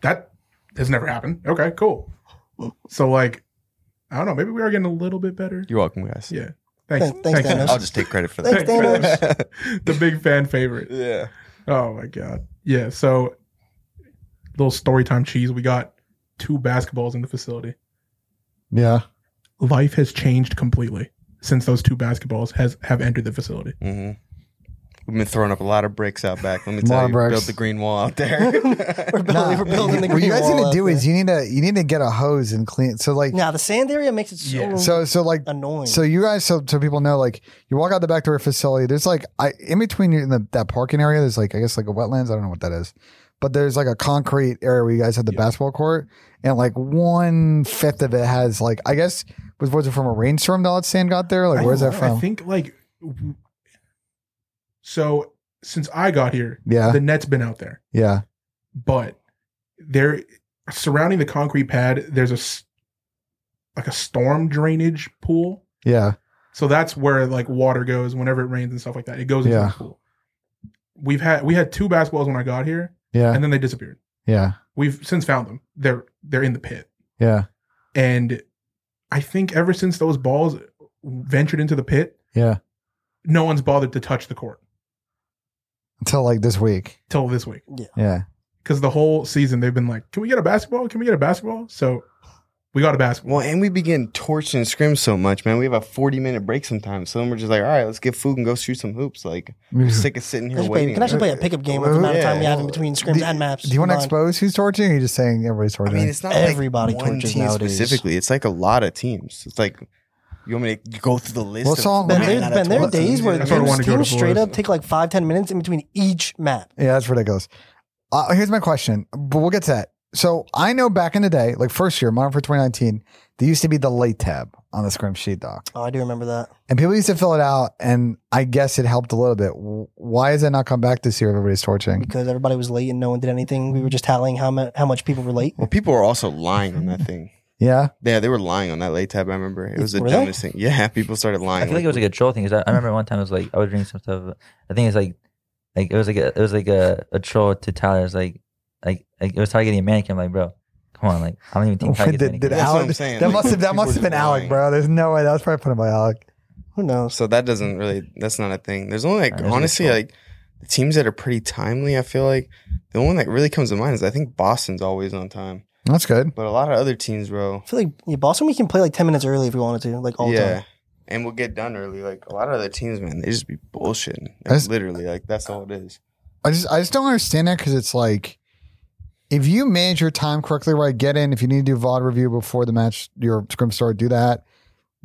that has never happened." Okay, cool. So like, I don't know. Maybe we are getting a little bit better.
You're welcome, guys.
Yeah. Thanks,
Thank- thanks, Thanos.
I'll just take credit for
Thanks,
that.
Thanos. the big fan favorite.
yeah.
Oh my god. Yeah. So, little story time cheese. We got two basketballs in the facility.
Yeah,
life has changed completely since those two basketballs has have entered the facility.
hmm We've been throwing up a lot of bricks out back. Let me
Lot
tell
of
you,
bricks.
build the green wall out there.
we're, building, we're building the
what
green
you guys
wall
need to
out
do
there.
is you need to you need to get a hose and clean. So like
Nah, the sand area makes it so
Yeah.
so so like
annoying.
So you guys, so so people know, like you walk out the back door of a facility. There's like I in between you in the, that parking area. There's like I guess like a wetlands. I don't know what that is, but there's like a concrete area where you guys have the
Yeah.
basketball court, and like one fifth of it has like I guess was was it from a rainstorm that all that sand got there? Like
I
where's
don't
that
know.
from?
I think like w- so since I got here,
yeah,
the net's been out there,
yeah,
but there surrounding the concrete pad, there's a s- like a storm drainage pool.
yeah.
So that's where like water goes whenever it rains and stuff like that. It goes into
Yeah.
the pool. We've had we had two basketballs when I got here,
Yeah,
and then they disappeared.
yeah,
We've since found them. They're they're in the pit.
yeah.
And I think ever since those balls ventured into the pit,
Yeah.
no one's bothered to touch the court
Until like this week.
till this week.
Yeah.
Because the whole season they've been like, "Can we get a basketball? Can we get a basketball?" So we got a basketball.
Well, and we begin torching and scrim so much, man. We have a 40 minute break sometimes. So then we're just like, all right, let's get food and go shoot some hoops. Like, I'm sick of sitting
I
here
should play,
waiting.
can actually play a pickup game with the amount of time we have in between scrims
Do-
and maps.
Do you want to
combined.
expose who's torturing? Or are you just saying everybody's
I
torturing?
mean, it's not
Everybody
like one
torches
team
nowadays.
specifically. It's like a lot of teams. It's like, you want me to go through the list?
Well,
of-
so-
Man,
Ben, there's
not a
been there are
torch team,
days where
dude.
That's why I
teams,
wanna go to
teams straight
Flores.
up take like five ten minutes in between each map.
Yeah, that's ridiculous. Uh, here's my question, but we'll get to that. So I know back in the day, like first year, Modern for 2019, there used to be the late tab on the Scrim Sheet Doc.
Oh, I do remember that.
And people used to fill it out, and I guess it helped a little bit. W- Why has that not come back this year? if Everybody's torching.
because everybody was late and no one did anything. We were just tallying how much how much people were late.
Well, people are also lying on that thing.
Yeah.
Yeah, they were lying on that late tab. I remember it was the
Were they?
dumbest thing. Yeah, people started lying.
I feel like it was like a troll thing. Cause I, I remember one time it was like I was reading some stuff. I think it's like like it was like a, it was like a, a troll to Tyler. It was like like like it was Tyler getting a mannequin. I'm like bro, come on, like I don't even think Tyler
did,
gets a mannequin.
did
That's what
Alec-
I'm saying.
That
Like,
must have that
people
must have been
just
Alec,
lying.
bro. There's no way that was probably put in by Alec.
Who knows?
so that doesn't really. That's not a thing. There's only like
That is a
honestly
troll.
like the teams that are pretty timely. I feel like the one that really comes to mind is I think Boston's always on time,
That's good.
but a lot of other teams, bro.
I feel like yeah, Boston we can play like ten minutes early if we wanted to, like all the
yeah,
time.
and we'll get done early. Like a lot of other teams, man, they just be bullshitting.
That's-
Like, literally, like that's all it is.
I just I just don't understand that because it's like if you manage your time correctly, right? Get in if you need to do VOD review before the match, your scrim start, do that.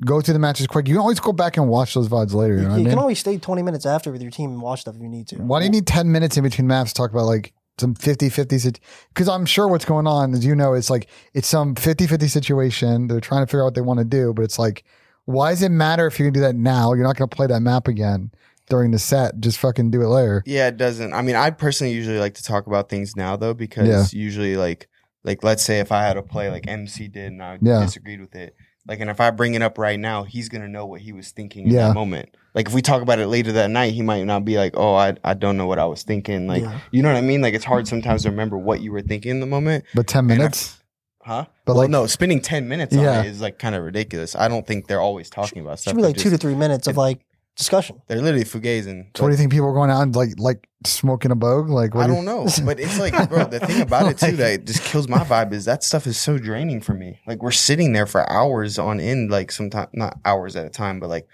Go through the matches quick. You can always go back and watch those VODs later. You
You,
know what I
you
mean?
can always stay twenty minutes after with your team and watch stuff if you need to.
Why do you need 10 minutes in between maps to talk about like some 50 50 Because I'm sure what's going on, as you know, it's like it's some 50 50 situation. They're trying to figure out what they want to do, but it's like, why does it matter if you're going to do that now? You're not going to play that map again during the set. Just fucking do it later.
Yeah, it doesn't. I mean, I personally usually like to talk about things now though because
Yeah.
usually like like let's say if I had a play like MC did and I
Yeah.
disagreed with it, like and if I bring it up right now, he's gonna know what he was thinking in
Yeah.
that moment. Like if we talk about it later that night, he might not be like, oh, I I don't know what I was thinking. Like
Yeah.
you know what I mean? Like it's hard sometimes to remember what you were thinking in the moment,
But 10
I-
minutes?
huh?
But
well,
like,
no, spending ten minutes on
Yeah.
it is like kind of ridiculous. I don't think they're always talking about stuff.
should be
They're
like two to
just-
three minutes of like discussion.
They're literally fugazing.
so what do you think people are going out and like, like smoking a bogue? Like, what
I
do you-
don't know, but it's like, bro, the thing about it too that just kills my vibe is that stuff is so draining for me. Like we're sitting there for hours on end, like sometimes not hours at a time, but like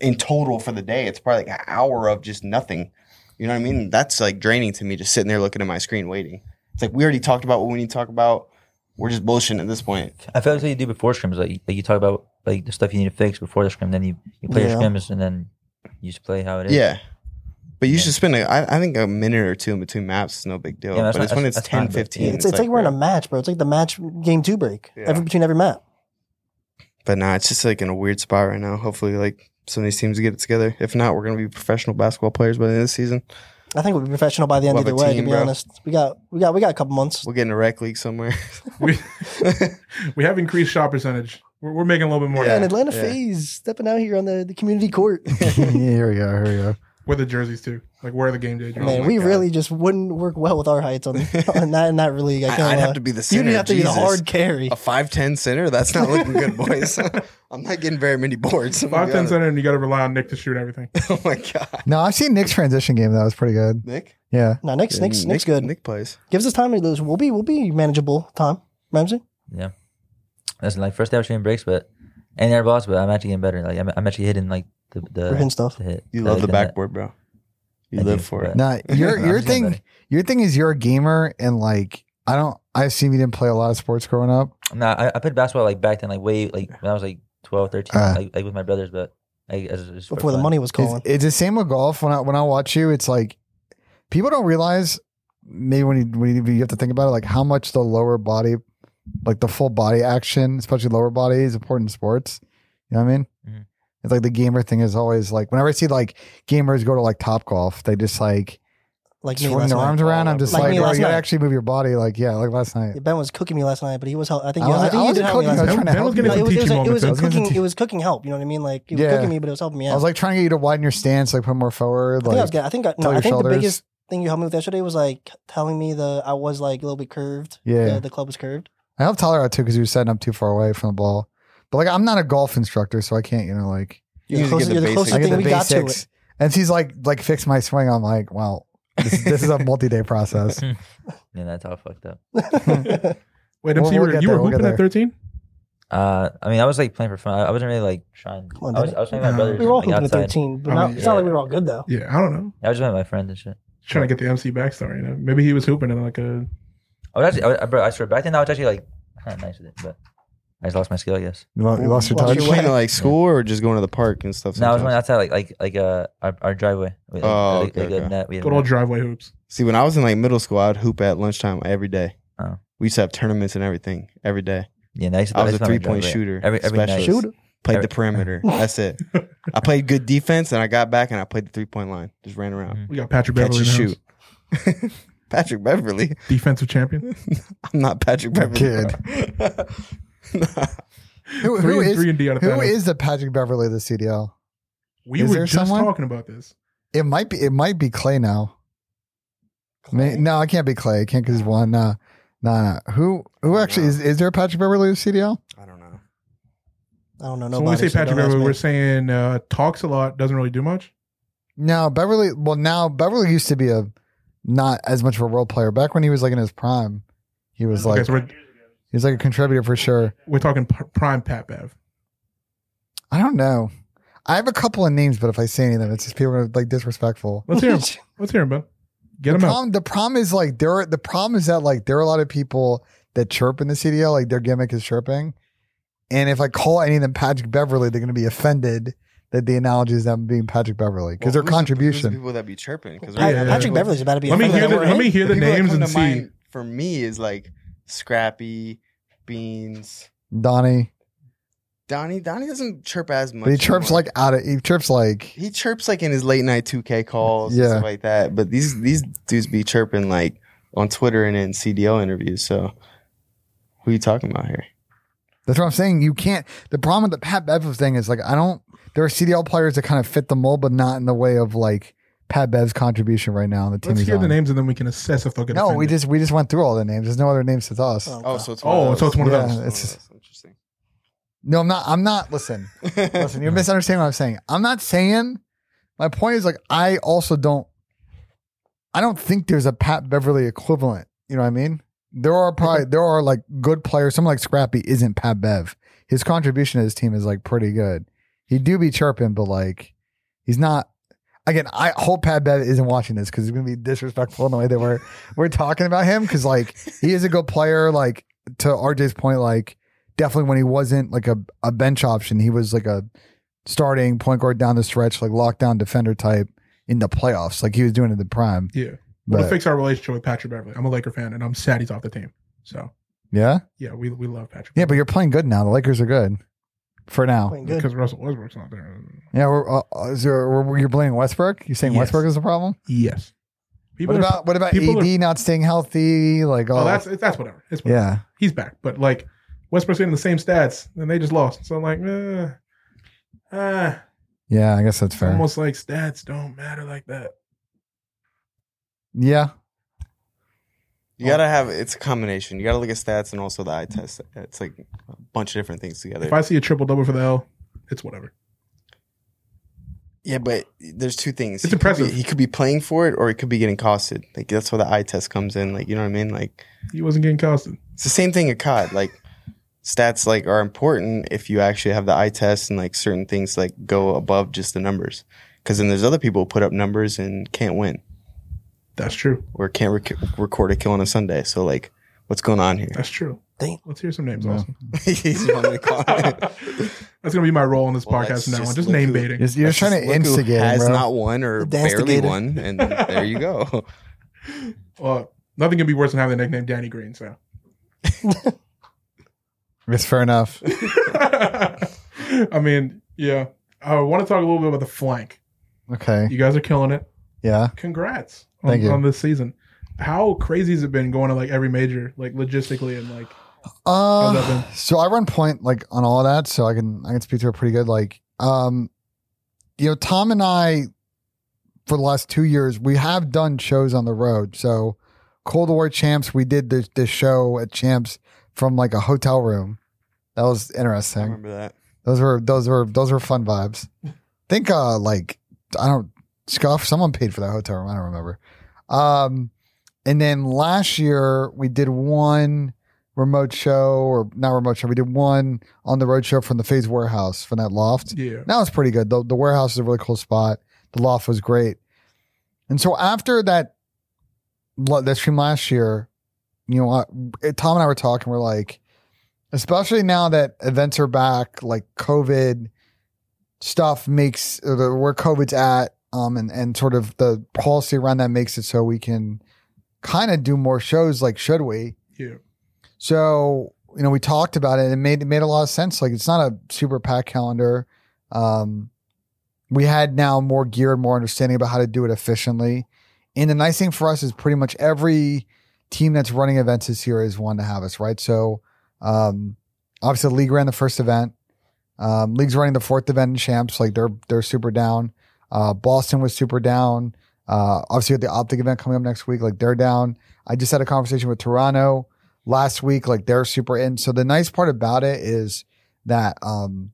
in total for the day, it's probably like an hour of just nothing. You know what I mean? That's like draining to me, just sitting there looking at my screen waiting. It's like we already talked about what we need to talk about. We're just bullshitting at this point.
I feel like that's what you do before scrims. Like, like you talk about like the stuff you need to fix before the scrim, then you, you play
Yeah.
your scrims, and then you just play how it is.
Yeah. But you
Yeah.
should spend, a, I, I think, a minute or two in between maps is no big
Yeah,
deal. but
that's
it's
not-
when
that's-
it's
that's fine,
10,
but-
15.
It's, it's like, we're in a match, bro. It's like the match game two break
Yeah.
every between every map.
But nah, it's just like in a weird spot right now. Hopefully, like some of these teams get it together. If not, we're gonna be professional basketball players by the end of the season.
I think we'll be professional by the end
We'll
either
have a
way.
team,
to be
bro.
honest, we got we got we got a couple months.
We'll get in a rec league somewhere.
We we have increased shot percentage. We're, we're making a little bit more
Yeah.
now
and Atlanta
yeah.
Phase stepping out here on the, the community court.
here we go. Here we go.
with the jerseys too. Like wear the game day jerseys.
Man,
my
we
God.
really just wouldn't work well with our heights on, on that in that league. I can't
I, would
lie.
have to be the center.
You'd have to
Jesus.
be the hard carry.
A five ten center. That's not looking good, boys. I'm not getting very many boards. I'm gonna
Five
be
ten
honest.
center, and you got to rely on Nick to shoot everything.
Oh my god,
No, I've seen Nick's transition game. That was pretty good.
Nick.
Yeah.
No, Nick's,
Yeah,
Nick's, Nick's good.
Nick plays.
Gives us time to lose. We'll be we'll be manageable time. Ramsey?
Uh,
Listen, like first day I was shooting breaks, but and air balls, but I'm actually getting better. Like I'm, I'm actually hitting like the the,
We're hitting stuff.
the hit.
You
I
love
like
the
that-
backboard, bro. You
I
live
do,
for
but-
it.
No, your
I'm
your
just getting
thing
better.
your thing is you're a gamer and like I don't I assume you didn't play a lot of sports growing up.
No, I, I played basketball like back then, like way like when I was like 12, 13,
Uh.
like, like with my brothers, but like as, as for
Ah. Before the
fun.
money was
It's,
calling.
it's the same with golf. When I when I watch you, it's like people don't realize maybe when you when you, you have to think about it, like how much the lower body, like the full body action, especially lower body, is important in sports. You know what I mean?
Mhm.
It's like the gamer thing is always like whenever I see like gamers go to like top golf, they just like
Like me
swing
last
their
night.
arms around. I'm just
Like
like,
me
bro,
last
you gotta
night.
actually move your body. Like yeah, like last night.
Yeah, ben was cooking me last night, but he was help. I think,
I
you- I
wasn't-
think
I
you did
wasn't
help me
cooking,
last
I was
night.
trying to
Ben
help
was
you.
getting
No, it was, it
Teaching
was, it
moments,
was, a
I
was gonna
cooking.
teach-
It was cooking help. You know what I mean? Like it was
Yeah.
cooking me, but it was helping me out.
I was like trying to get you to widen your stance, like put more forward.
I think I
Like
was good. I think I,
tell
no, I
your
think
shoulders.
the biggest thing you helped me with yesterday was like telling me the I was like a little bit curved.
Yeah.
the, the club was curved.
I helped Tyler out too because he was setting up too far away from the ball. But like I'm not a golf instructor, so I can't, you know, like
You
You're
need to get
closer-
the
you're the
basics.
closest
I
thing
get the
we got to it.
basics. And she's like, like fix my swing. I'm like, wow, this, this is a multi-day process.
Yeah, that's all fucked up.
Wait,
We'll-
MC, you
we'll
were-
get
you
there,
were
we'll get
hooping at
there.
13?
Uh, I mean, I was like playing for fun. I, I wasn't really like trying.
Come on,
I was,
Daddy.
I was playing with my brothers.
we were all
like,
hoping to
outside.
13, but
I
not,
mean,
it's not
yeah.
like we were all good though.
Yeah, I don't know.
I was with my friends and shit.
Just trying to get the MC backstory. You know? Maybe he was hooping in like a.
I was actually, I, I, bro, I swear, back then I was actually like kind of nice with it, but I just lost my skill, I guess.
You lo- you lost your
Well,
Are
touch.
you playing at like school or just going to the park and stuff?
No, I was going
sometimes?
outside, like like like uh, our, our driveway. With, like,
Oh,
like,
okay,
like a
okay.
net. We had
Good
a
old
net.
driveway hoops.
See, when I was in like middle school, I'd hoop at lunchtime every day.
Oh.
We used to have tournaments and everything every day.
Yeah, nice.
I was a three point shooter.
Every every night.
specialist. Played
Every-
the perimeter. That's it. I played good defense and I got back and I played the three point line. Just ran around.
We got Patrick
Catch
Beverly.
and
in the
shoot.
house.
Patrick Beverly.
Defensive champion.
I'm not Patrick Beverly.
Kid. Who, who
Three and-
is
three and D out of
who
five.
is the Patrick Beverly of the CDL?
We
is
were
there
just
someone?
talking about this.
It might be. It might be Clay now. May- No, it can't be Clay. It can't because one. Nah, nah, nah. Who who actually
No.
is? Is there a Patrick Beverly of the CDL?
I don't know.
I don't know.
so when we say
Nobody. so
Patrick
don't ask
Beverly,
me.
we're saying uh, talks a lot, doesn't really do much.
No, Beverly. Well, now Beverly used to be a not as much of a role player. Back when he was like in his prime, he was
Okay,
like
so we're,
he was like a contributor for sure.
we're talking p- prime Pat Bev.
I don't know. I have a couple of names, but if I say any of them, it's just people are like disrespectful.
Let's hear him. Let's hear him, bro. Get him out.
Problem, the problem is like there. Are, the problem is that like there are a lot of people that chirp in the CDL. Like their gimmick is chirping, and if I call any of them Patrick Beverly, they're going to be offended that the analogy is them being Patrick Beverly because their
Well, who's the- who's the
contribution.
people that be chirping. Because
Yeah.
Pat- Patrick Beverly's about to be.
Let me
offended
hear
that
the
we're
let
in.
me hear the names and see.
for me is like Scrappy, Beans,
Donnie,
Donnie. Donnie doesn't chirp as much.
but he chirps
anymore.
like out of he chirps like
he chirps like in his late night 2K calls
Yeah.
and stuff like that. But these these dudes be chirping like on Twitter and in CDO interviews. So who you talking about here?
that's what I'm saying. You can't. The problem with the Pat Bev thing is like I don't. There are CDL players that kind of fit the mold, but not in the way of like Pat Bev's contribution right now. on The team
Let's
he's
hear
on.
the names and then we can assess if they'll get.
No, we
offended.
just we just went through all the names. There's no other names to us.
Oh,
Oh,
God.
so it's
Oh, so it's one of
Yeah,
those.
those. it's-
That's interesting.
No, I'm not. I'm not. Listen, listen. You're misunderstanding what I'm saying. I'm not saying. My point is like I also don't. I don't think there's a Pat Beverly equivalent. You know what I mean? There are probably there are like good players. Someone like Scrappy isn't Pat Bev. His contribution to his team is like pretty good. He do be chirping, but like he's not. Again, I hope Pat Bev isn't watching this because it's gonna be disrespectful in the way that we're we're talking about him. Because like he is a good player. Like to RJ's point, like definitely when he wasn't like a, a bench option, he was like a starting point guard down the stretch, like lockdown defender type in the playoffs, like he was doing in the prime.
Yeah. Well, to
But
fix our relationship with Patrick Beverly, I'm a Laker fan and I'm sad he's off the team. So
yeah,
yeah, we we love Patrick.
yeah, but you're playing good now. The Lakers are good for now.
Playing
Beverley.
good.
because Russell Westbrook's not there.
Yeah, we're, uh, uh, is there, we're- you're blaming Westbrook. You're saying
Yes.
Westbrook is the problem.
Yes. People
what
are-
about what about AD
people
not staying healthy? Like all
oh, that's that's whatever. It's whatever.
yeah.
He's back, but like Westbrook's getting the same stats and they just lost. So I'm like, eh, ah,
Yeah, I guess that's
it's
fair.
almost like stats don't matter like that.
Yeah,
You gotta have it's a combination. You gotta look at stats and also the eye test. It's like a bunch of different things together.
If I see a triple double for the L, it's whatever.
yeah, but there's two
It's
things. He could be-
impressive.
he could be playing for it or he could be getting costed. Like that's where the eye test comes in. Like you know what I mean? Like
He wasn't getting costed.
It's the same thing at COD. Like stats like are important if you actually have the eye test and like certain things like go above just the numbers. Because then there's other people who put up numbers and can't win
That's true.
or can't rec- record a kill on a Sunday. So like, what's going on here?
That's true.
Damn.
Let's hear some names,
Yeah.
Austin.
You want me to call it?
that's gonna be my role in this
Well,
podcast
that's
from now on.
just
Just name
Lukaku.
baiting.
you're, you're
That's
trying
just
to
look who
instigate, him,
Has
bro.
not won or
The Dastigator.
barely won, and there you go.
Well, nothing can be worse than having the nickname Danny Green. So
It's fair enough.
I mean, yeah. I want to talk a little bit about the flank.
Okay.
You guys are killing it.
Yeah.
Congrats on,
Thank you.
on this season. How crazy has it been going to like every major, like logistically and like How's that
Uh,
been?
so I run point like on all that, so I can I can speak to it pretty good. Like, um, you know, Tom and I for the last two years we have done shows on the road. So Cold War Champs, we did this, this show at Champs from like a hotel room. That was
I
interesting.
remember that.
That Those were those were those were fun vibes. think uh like I don't scuff. Someone paid for that hotel room. I don't remember. Um, and then last year we did one remote show or not remote show. We did one on the road show from the Phase Warehouse from that loft.
Yeah.
That was pretty good. The, the warehouse is a really cool spot. The loft was great. And so after that, lo- that stream last year, you know, I, it- Tom and I were talking. We're like, especially now that events are back, like COVID stuff makes or the- where COVID's at, um, and and sort of the policy around that makes it so we can kind of do more shows. Like, should we?
Yeah.
So you know, we talked about it. And it made it made a lot of sense. Like, it's not a super packed calendar. Um, we had now more gear and more understanding about how to do it efficiently. And the nice thing for us is pretty much every team that's running events this year is one to have us, right? So um, obviously, league ran the first event. Um, League's running the fourth event in champs. Like they're they're super down. Uh, Boston was super down. Uh, obviously, with the optic event coming up next week, like they're down. I just had a conversation with Toronto last week. Like they're super in. So the nice part about it is that um,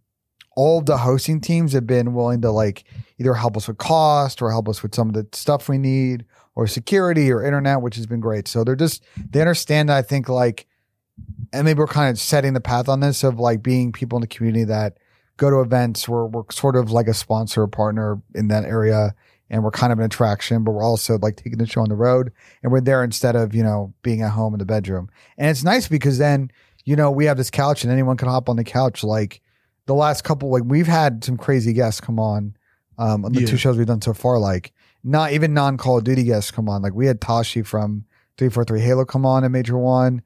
all the hosting teams have been willing to like either help us with cost or help us with some of the stuff we need or security or internet, which has been great. So they're just they understand. I think like, and maybe we're kind of setting the path on this of like being people in the community that go to events where we're sort of like a sponsor or partner in that area. And we're kind of an attraction, but we're also like taking the show on the road and we're there instead of, you know, being at home in the bedroom. And it's nice because then, you know, we have this couch and anyone can hop on the couch. Like the last couple, like we've had some crazy guests come on, um, on the
Yeah.
two shows we've done so far. Like not even non Call of Duty guests come on. Like we had Tashi from 343 Halo come on in Major One.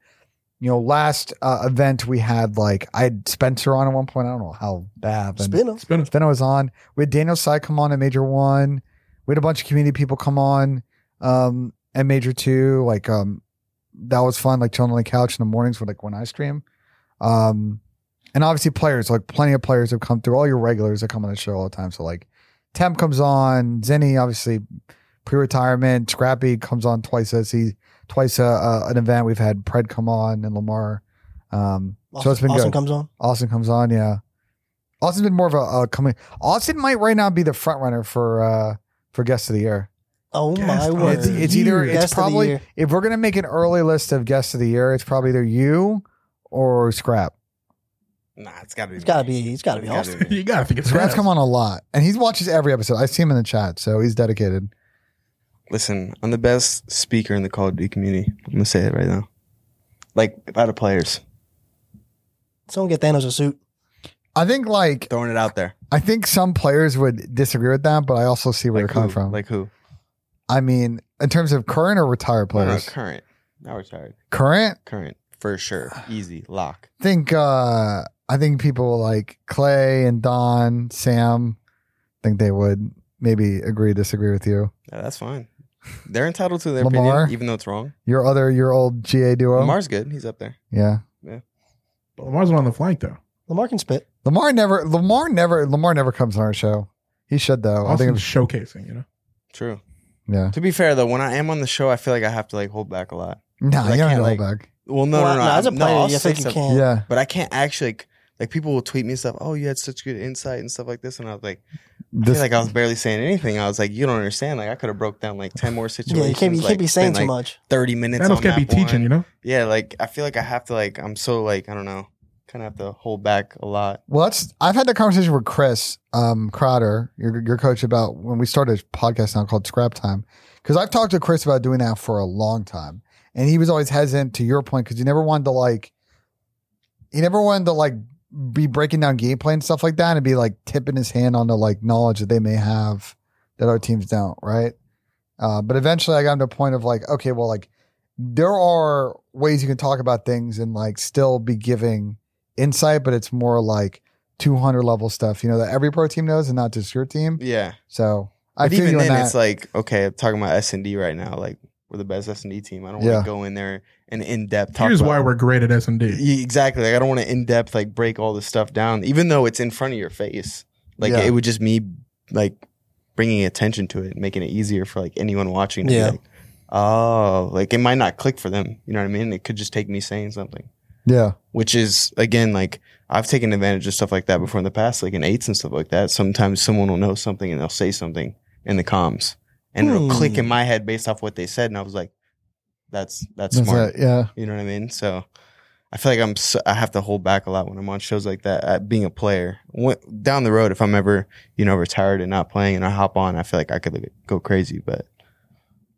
You know, last uh, event we had like I had Spencer on at one point. I don't know how that happened.
Spin 'em.
It's been a
Spino was on. We had Daniel Sy come on at Major One. We had a bunch of community people come on um, at Major Two. Like um, that was fun. Like chilling on the couch in the mornings with like when I stream. Um, and obviously players, like plenty of players have come through. All your regulars that come on the show all the time. So like Temp comes on, Zenny obviously pre-retirement, Scrappy comes on twice as he twice a, uh an event. We've had Pred come on and Lamar. Um, so it's been
Austin
good.
comes on.
Austin comes on, yeah. Austin's been more of a, a coming. Austin might right now be the front runner for uh for guest of the year.
Oh
Guest
my
of
word!
It's, it's either it's
Guest of the
probably
year.
if we're gonna make an early list of guests of the year, it's probably either you or Scrap.
Nah, it's gotta be.
It's gotta
me.
be. It's gotta be
It's
Austin.
gotta be me.
you gotta think it's
Scrap's
fast.
come on a lot, and he watches every episode. I see him in the chat, so he's dedicated.
Listen, I'm the best speaker in the Call of Duty community. I'm gonna say it right now. Like out of players,
Someone get Thanos a suit.
I think like
throwing it out there.
I think some players would disagree with that, but I also see where
like
you're coming
who?
from.
Like who?
I mean, in terms of current or retired
No, no,
players,
current. Now retired.
current
Current for sure. Easy lock.
think uh I think people like Clay and Don, Sam, think they would maybe agree disagree with you.
Yeah, that's fine. They're entitled to their
Lamar?
opinion, even though it's wrong.
Your other your old GA duo.
Lamar's good. He's up there.
Yeah.
But Lamar's one on the flank though.
Lamar can spit.
Lamar never Lamar never Lamar never comes on our show. He should though. I think
Austin's showcasing, you know.
True.
yeah.
To be fair though, when I am on the show, I feel like I have to like hold back a lot.
No,
I
you don't need
can't,
to hold
like- oh,
back.
Well, no,
Well,
no, no.
As a
I'm- no,
player,
I'll
you
say
think you
something.
can.
Yeah.
But I can't actually like, like people will tweet me stuff. Oh, you had such good insight and stuff like this, and I was like, I
This,
feel like I was barely saying anything. I was like, you don't understand. Like I could have broke down like ten more situations.
Yeah, you can't be, you
like,
can't be saying
spent,
too
like,
much.
Thirty minutes.
Thanos
on
can't be
that one.
teaching, you know.
Yeah, like I feel like I have to like I'm so like I don't know, kind of have to hold back a lot.
well, that's, I've had that conversation with Chris um, Crowder, your, your coach, about when we started a podcast now called Scrap Time. Because I've talked to Chris about doing that for a long time. And he was always hesitant to your point because he never wanted to like he never wanted to like be breaking down gameplay and stuff like that and be like tipping his hand on the like knowledge that they may have that our teams don't, right? Uh, but eventually I got him to a point of like, okay, well, like there are ways you can talk about things and like still be giving insight, but it's more like 200 level stuff, you know, that every pro team knows and not just your team.
Yeah,
So I
but
feel
even
you on
then,
that.
it's like okay, I'm talking about S and D right now. Like we're the best S and D team. I don't
Yeah.
want to go in there and in depth. talk
Here's
about-
why we're great at S and D.
Yeah, exactly. Like I don't want to in depth like break all this stuff down, even though it's in front of your face. Like
Yeah.
it would just me like bringing attention to it, making it easier for like anyone watching. To be
Yeah.
like, oh, like it might not click for them. You know what I mean? It could just take me saying something,
yeah.
which is again like I've taken advantage of stuff like that before in the past, like in eights and stuff like that. Sometimes someone will know something and they'll say something in the comms, and it'll
Hmm.
click in my head based off what they said, and I was like, "That's that's,
That's
smart."
it, yeah.
You know what I mean? So I feel like I'm so, I have to hold back a lot when I'm on shows like that. Uh being a player when, down the road, if I'm ever you know retired and not playing, and I hop on, I feel like I could like, go crazy. But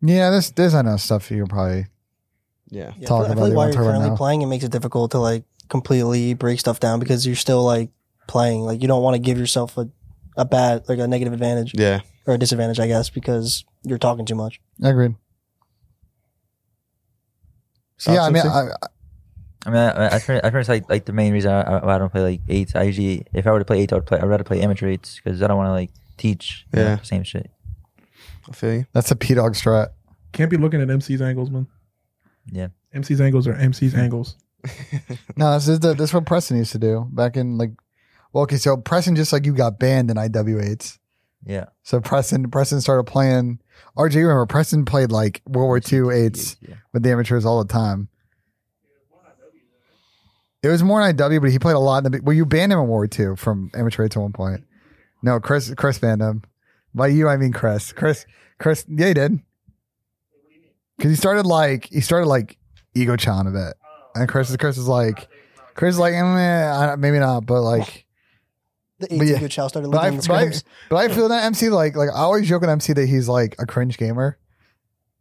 Yeah, there's there's I know stuff you can probably
yeah,
Yeah,
Talk
I feel,
about
I feel
it,
like while
we'll
you're
talk about it
currently
now.
playing, it makes it difficult to like completely break stuff down because you're still like playing. Like you don't want to give yourself a, a bad like a negative advantage
yeah,
or a disadvantage, I guess, because you're talking too much.
agreed.
Stop
yeah, I mean,
something?
I, I-
I mean, I, I, I pretty- I pretty much like like the main reason I, I, why I don't play like eights. I usually, if I were to play eights, I would play. I'd rather play amateur eights because I don't want to like teach. you know,
Yeah.
the same shit.
I feel you.
that's a P dog strat.
Can't be looking at MC's angles, man.
Yeah.
MC's angles are MC's angles.
No, this is the, this is what Preston used to do back in like. Well, okay, so Preston just like you got banned in IW8s.
Yeah.
So Preston Preston started playing. RJ, you remember Preston played like World War II eights
Yeah.
with the amateurs all the time. It was more in IW, but he played a lot. In the, well, you banned him in World War II from amateur eights at one point. No, Chris Chris banned him. By you, I mean Chris. Chris Chris. Yeah, he did. Because he started like he started like ego chan a bit, and Chris Chris was like Chris was like "Eh, meh, I don't- maybe not, but like
The
But yeah.
18 good child started
but I,
looking at
but,
the
I,
scrims.
but I feel that MC like like I always joke with MC that he's like a cringe gamer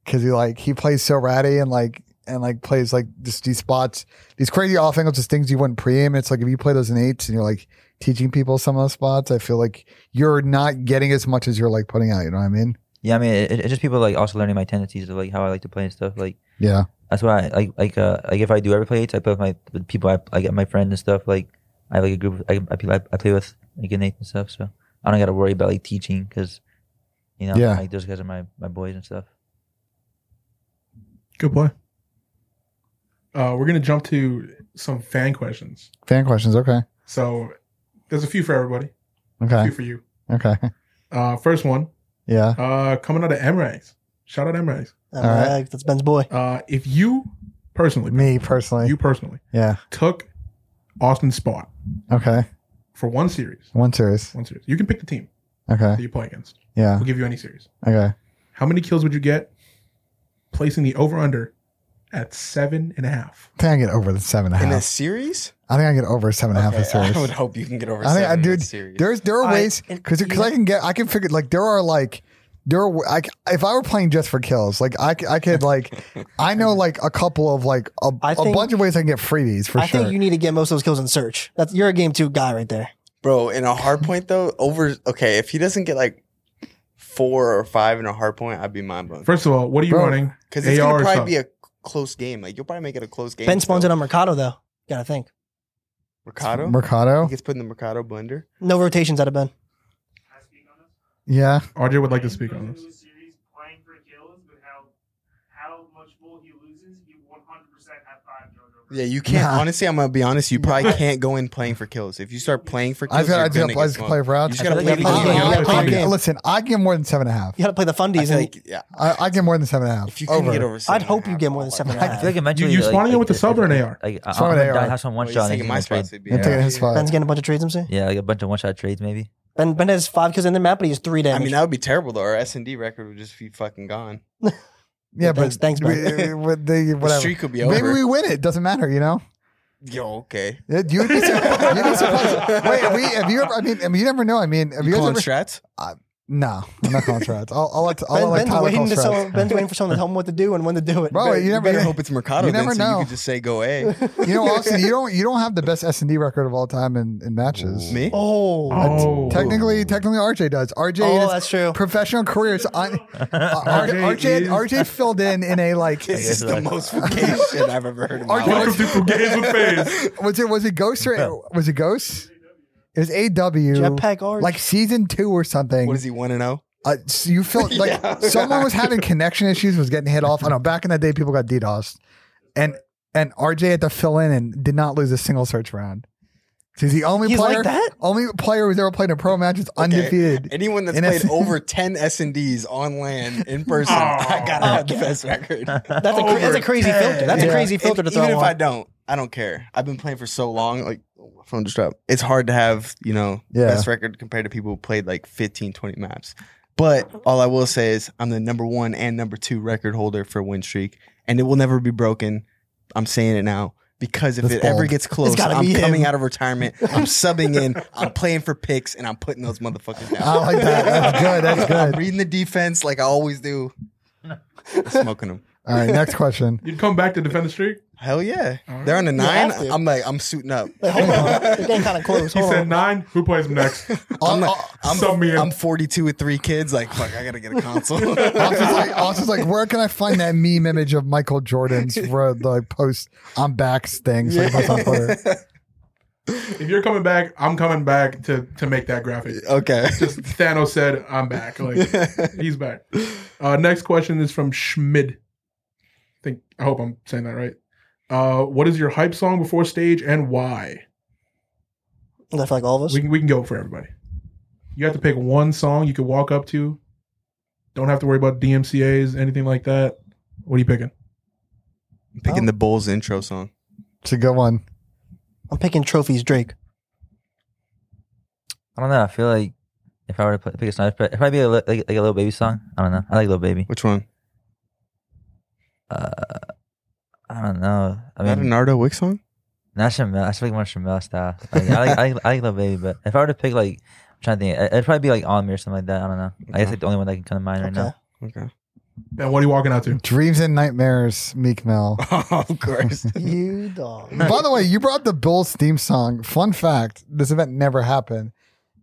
because he like he plays so ratty and like and like plays like just these spots these crazy off angles just things you wouldn't pre-aim it's like if you play those in eights and you're like teaching people some of those spots I feel like you're not getting as much as you're like putting out you know what I mean
Yeah. I mean, it, it's just people like also learning my tendencies of like how I like to play and stuff. Like
yeah
that's why I, like like uh like if I do ever play eights, I play with my with people. I I get my friends and stuff. Like I have like a group. I I, play- I play with like in eights and stuff. So I don't got to worry about like teaching because you know
Yeah.
like those guys are my my boys and stuff.
Good play. Uh, we're gonna jump to some fan questions.
fan questions okay
So there's a few for everybody, a
okay
few for you.
okay
Uh, first one,
yeah
uh, coming out of MRAX. Shout out MRAX.
All
all right.
right. that's Ben's boy.
Uh, if you personally,
me personally
you personally
yeah
took Austin's spot
okay
for one series,
one series
one series, you can pick the team
okay
that you play against.
yeah
We'll give you any series.
okay
How many kills would you get placing the over under at seven and a half?
I think I get over the seven and a
In a
half
series,
I think I get over seven and a half
Okay,
a series
I would hope you can get over.
I think I
seven in a
did-
series.
There's there are
I-
ways
and-
because because
yeah.
I can get I can figure like there are like there are like if I were playing just for kills like I c- I could like I know like a couple of like a,
I
a
think-
bunch of ways I can get freebies for
I
sure.
think you need to get most of those kills in search. That's you're a game two guy right there.
Bro, in a hard point though, over okay, if he doesn't get like four or five in a hard point, I'd be mind blown.
First of all, what are you
Bro.
running?
Because it's
AR
gonna
is
probably
tough.
be a close game. Like you'll probably make it a close game.
ben spawns
still.
it on Mercado though. Gotta think.
Mercado. he
Mercado.
gets put in the Mercado blender.
No rotations out of Ben.
Yeah,
RJ would like to speak on this.
Series playing for kills, but how how much more he loses, you 100% have five turnovers.
Yeah, you can't.
Nah.
Honestly, I'm gonna be honest. You probably can't go in playing for kills. If you start playing for
I've
kills,
got I
you're
just
gonna
play
get
just play
smoked.
for
You
out.
just gotta
I
play
feel
the
like I'm
game.
playing-
You gotta
I'm
play the
playing
game.
game.
Listen, I get more than seven and a half.
You gotta play the
I
fundies.
feel
and
like yeah.
I, I get more than seven and a half.
If you can
over.
get over,
I'd
seven
hope
and a
you
half,
get more
I
than
like
seven and
that.
a
I
half.
feel like eventually
you
like,
spawning
like,
it with the
if-
sub or an
if-
AR?
Like, I,
Sub or
I'm
an
gonna
AR?
die, have some one
Well, he's
shot.
taking my spot, so it'd be
I'm
an
taking
AR.
his spot.
Ben's getting a bunch of trades. I'm saying.
Yeah, like a bunch of one shot trades maybe.
Ben Ben has five kills in the map, but he's three
I
damage.
mean, that would be terrible though. Our S and D record would just be fucking gone.
Yeah, but
Thanks- thanks,
we,
man.
we, they,
The
whatever.
streak could be
Maybe
over.
we win it. Doesn't matter, you know.
Yo, okay.
It- You'd be, sur- you'd be surprised. Wait, have, we, have you ever? I mean, I mean, you never know. I mean, have
You
you, guys
calling
ever?
strats?
No, I'm not calling shots. I'll, I'll let. I'll
Ben,
let
Ben's,
Tyler
waiting
call
to
shots.
someone, Ben's waiting for someone to tell him what to do and when to do it.
Bro, you never.
better
You,
hope it's Mercado.
you
then,
never
so
know.
You could just say go A.
you know, Austin, you don't. You don't have the best S and D record of all time in, in matches.
Me?
Oh,
Oh,
Technically, technically, RJ does. RJ
oh,
is
that's true.
professional career. It's on, uh, RJ, RJ,
is-
RJ filled in in a like.
This is the
like-
most vacation I've ever heard in my
Argue-
Welcome
life.
to Games with Fans.
Was it was it Ghost or was it Ghost? It was AW.
Jetpack Arch.
Like season two or something.
What is he one and oh?
Uh,
zero?
so you felt like
Yeah.
someone was having connection issues, was getting hit off. I know back in that day, people got DDoS, and and RJ had to fill in and did not lose a single search round. So he's the only
He's
player,
like that?
only player who's ever played in a pro match is undefeated.
Anyone that's
In
played
S-
over ten S Oh, and Ds on land in person, I gotta have the best record.
that's a cra- that's a crazy filter. That's
Yeah.
a crazy
And
filter to throw
Even if I
on.
don't, I don't care. I've been playing for so long. Like My phone just dropped. It's hard to have, you know,
Yeah.
best record compared to people who played like 15, 20 maps. But all I will say is I'm the number one and number two record holder for Win Streak, and it will never be broken. I'm saying it now. Because if
That's
it ever
bold.
gets close,
gotta
I'm
be him.
coming out of retirement. I'm subbing in. I'm playing for picks, and I'm putting those motherfuckers down.
I like that. That's good. That's
I'm
good.
reading the defense like I always do. Smoking them.
All right, next question.
You'd come back to defend the streak?
Hell yeah.
All right.
They're on the nine.
have to.
I'm like, I'm suiting up.
Wait, hold on. Uh, They're getting kind of close.
He
Hold
said
on.
nine. Who plays next?
I'm, like, I'm,
Sub me in.
I'm 42 with three kids. Like, fuck, I gotta get a console.
Austin's like, Austin's like, where can I find that meme image of Michael Jordan's road, like post I'm back thing? So he posts on Twitter.
if you're coming back, I'm coming back to to make that graphic.
okay.
Just Thanos said, "I'm back." Like he's back. Uh, next question is from Schmid. I think I hope I'm saying that right. Uh, what is your hype song before stage and why?
Is that for like all of us?
We can we can go for everybody. You have to pick one song you can walk up to. Don't have to worry about DMCA's anything like that. What are you picking?
Picking the Bulls intro song.
It's a good one.
I'm picking trophies, Drake.
I don't know. I feel like if I were to play, pick a song, it'd probably- it'd probably be a, li- like, like a little baby song. I don't know. I like little baby.
Which one?
Uh, I don't know. I
Not a
mean,
Nardo Wick song?
not Shamel. I speak more Shamel style. Like, I like, I like, I like little baby, but if I were to pick like, I'm trying to think, it- it'd probably be like on me or something like that. I don't know. I guess
Okay.
like the only one that can come to mind right
Okay.
now.
Okay.
And what are you walking out to?
Dreams and Nightmares, Meek Mill.
of course.
You dog.
By the way, you brought the Bulls theme song. Fun fact: this event never happened.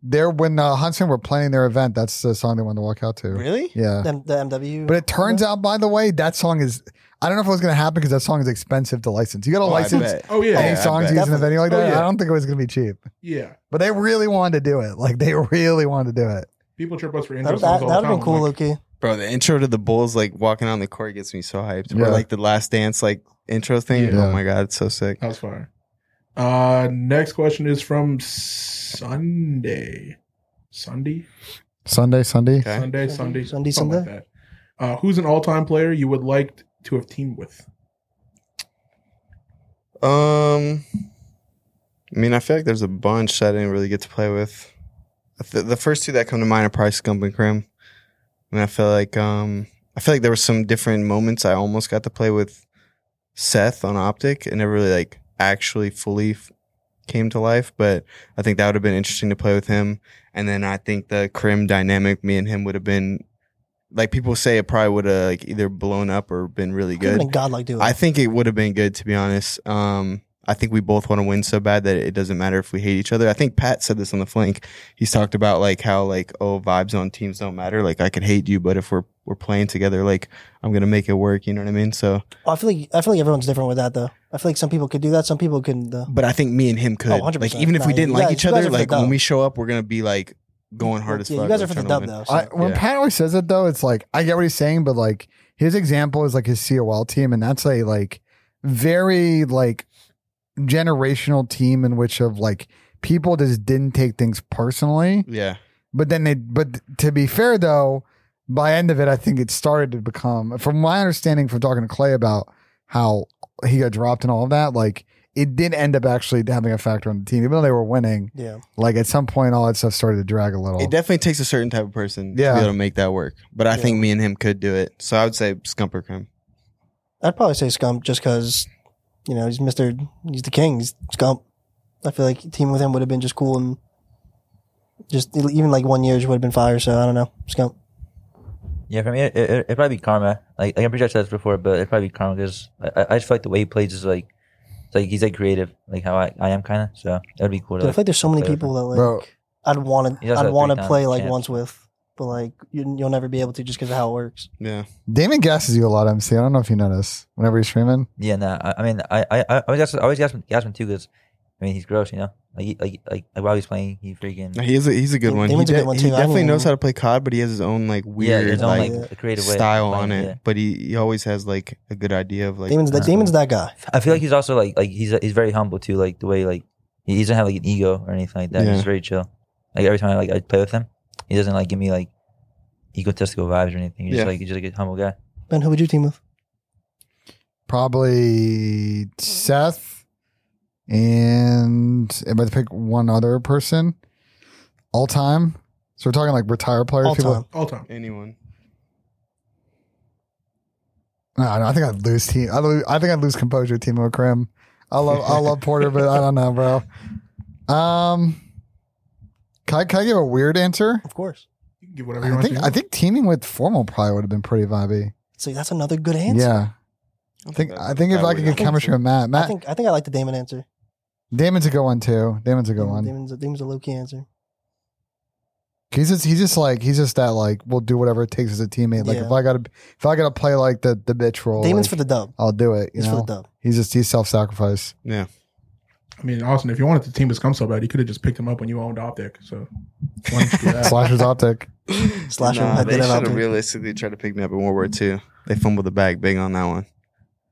There, when uh, Huntsman were planning their event, that's the song they wanted to walk out to.
really?
Yeah,
The, the MW.
but it turns out, by the way, that song is. I don't know if it was going to happen because that song is expensive to license. You got to
Oh, I
license
bet.
Oh yeah,
any
I
songs
bet.
used in a venue like
Oh,
that.
yeah.
I don't think it was going to be cheap.
Oh.
yeah.
But they really wanted to do it. Like they really wanted to do it.
People trip us for intro
that,
songs
that,
all
would
the
have
time.
been cool,
I'm like,
Loki.
Bro, the intro to the Bulls, like walking on the court gets me so hyped. Or
Yeah.
like the last dance like intro thing.
Yeah.
Oh my god, it's so sick.
That was fire. Uh, next question is from Sunday. Sunday?
Sunday, Sunday.
Okay.
Sunday,
Sunday,
Sunday, something
Sunday, Sunday.
Like that. Uh, who's an all-time player you would like to have teamed with?
Um, I mean, I feel like there's a bunch that I didn't really get to play with. The, the first two that come to mind are probably Scump and Crim. I mean, I feel like um, I feel like there were some different moments I almost got to play with Seth on Optic, and never really like actually fully f- came to life. But I think that would have been interesting to play with him. And then I think the Crim dynamic, me and him, would have been like people say it probably would have like either blown up or been really
Good.
good.
Been a godlike duo.
I think it would have been good to be honest. Um, I think we both want to win so bad that it doesn't matter if we hate each other. I think Pat said this on the flank. He's talked about like how like oh vibes on teams don't matter. Like I could hate you, but if we're we're playing together, like I'm gonna make it work. You know what I mean? So,
I feel like I feel like everyone's different with that though. I feel like some people could do that, some people couldn't. Though.
but I think me and him could
Oh, 100%.
like even if we
Nah,
didn't
you
like
guys-
each
you guys are
other,
for the
like when
dub.
we show up, we're gonna be like going hard as
yeah,
fuck.
you guys
like,
are for the dub
trying to win.
though. So.
I, when
Yeah.
Pat always says it though, it's like I get what he's saying, but like his example is like his COL team, and that's a like very like generational team in which of like people just didn't take things personally.
Yeah,
But then they, but to be fair though, by end of it, I think it started to become, from my understanding from talking to Clay about how he got dropped and all of that, like it did end up actually having a factor on the team, even though they were winning.
yeah.
Like at some point, all that stuff started to drag a little.
It definitely takes a certain type of person
Yeah.
to be able to make that work. But I
Yeah.
think me and him could do it. So I would say Scumper Crim.
I'd probably say Scump just because, you know, he's Mister. He's the king. He's Scump. I feel like teaming with him would have been just cool and just e, even like one year would have been fire. So I don't know, Scump.
Yeah, for me, it, it, it'd probably be Karma. Like, like I'm pretty sure I said this before, but it'd probably be Karma because I, I- I just feel like the way he plays is like, it's like he's like creative, like how I, I am kind of. So that'd be cool. To,
Dude, I feel like there's so many
play with
people that like
Bro.
I'd want
You
to
guys
I'd
have
want
three
to
times
play like
chance.
once with, but like you, you'll never be able to just because of how it works.
Yeah.
Damon gasses you a lot, MC. I don't know if you notice whenever he's streaming.
yeah, nah. I, I mean, I I I always ask, I always ask him, ask him too because, I mean, he's gross, you know. Like he- like like, like while he's playing, he freaking
No, He is a, he's a good
Yeah,
one.
Damon's
he
a
de-
good one,
he
too. I
definitely
don't-
knows how to play COD, but he has his own like
yeah,
weird
his own
like,
like,
like,
a creative way of
style on
playing,
it.
yeah.
But he, he always has like a good idea of like
Damon's that
uh,
Damon's that guy.
I feel like he's also like like he's he's very humble too. Like the way like he he doesn't have like an ego or anything like that.
Yeah.
He's very chill. Like every time I like I play with him, he doesn't like give me like egotistical vibes or anything. He's
Yeah.
just like he's just like a humble guy.
Ben, who would you team with?
Probably Seth, and if I had to pick one other person, all time. So we're talking like retired players.
All
people.
time.
All time.
Anyone?
No, no, I think I'd lose team. I, lose, I think I'd lose composure. with Timo Krim. I love I love Porter, but I don't know, bro. Um, can I, can I give a weird answer?
Of course.
You can give whatever you
I
want.
think
to.
I think teaming with formal probably would have been pretty vibey.
So that's another good answer.
Yeah, I think I think if I could get
think
chemistry with Matt,
I
Matt
think I think I like the Damon answer.
Damon's a good one too. Damon's a good one.
Damon's, Damon's a low key answer.
He's just he's just like he's just that like we'll do whatever it takes as a teammate. Like
Yeah.
if I gotta if I gotta play like the the bitch role,
Damon's
like,
for the dub.
I'll do it. You
He's for
know,
the dub.
he's just he's self sacrifice.
Yeah.
I mean, Austin, if you wanted the team to come so bad, you could have just picked him up when you owned Optic. So, why don't you do that?
Slashers optic.
Slash him,
nah,
I
they
did it out
should have
there.
realistically tried to pick me up in World War II. They fumbled the bag big on that one.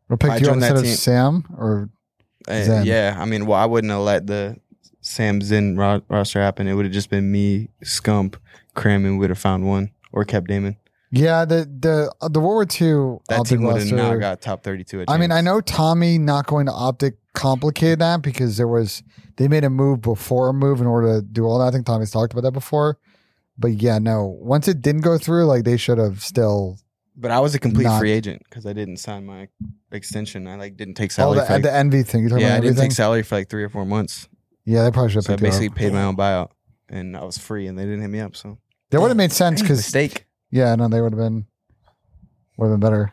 We'll pick
I
you up
joined that
instead of
team.
Sam or
Uh,
Zen.
yeah, I mean, well, I wouldn't have let the Sam Zinn ro- roster happen. It would have just been me, Scump, Cram, and we would have found one or kept Damon.
yeah the the uh, the World War II
That
optic
team would have
roster.
not got top thirty-two. At
I mean, I know Tommy not going to optic complicated that because there was they made a move before a move in order to do all that. I think Tommy's talked about that before. But yeah, no. Once it didn't go through, like they should have still
but I was a complete
not-
free agent because I didn't sign my extension. I like didn't take
all
salary.
Oh, the,
for, like,
the envy thing. You're talking
yeah, I
about
didn't
everything.
take salary for like three or four months.
Yeah, they probably should have
So I
picked you up.
basically paid my own buyout, and I was free, and they didn't hit me up. So
That would have made sense because
mistake.
yeah, no, they would have been would have been better.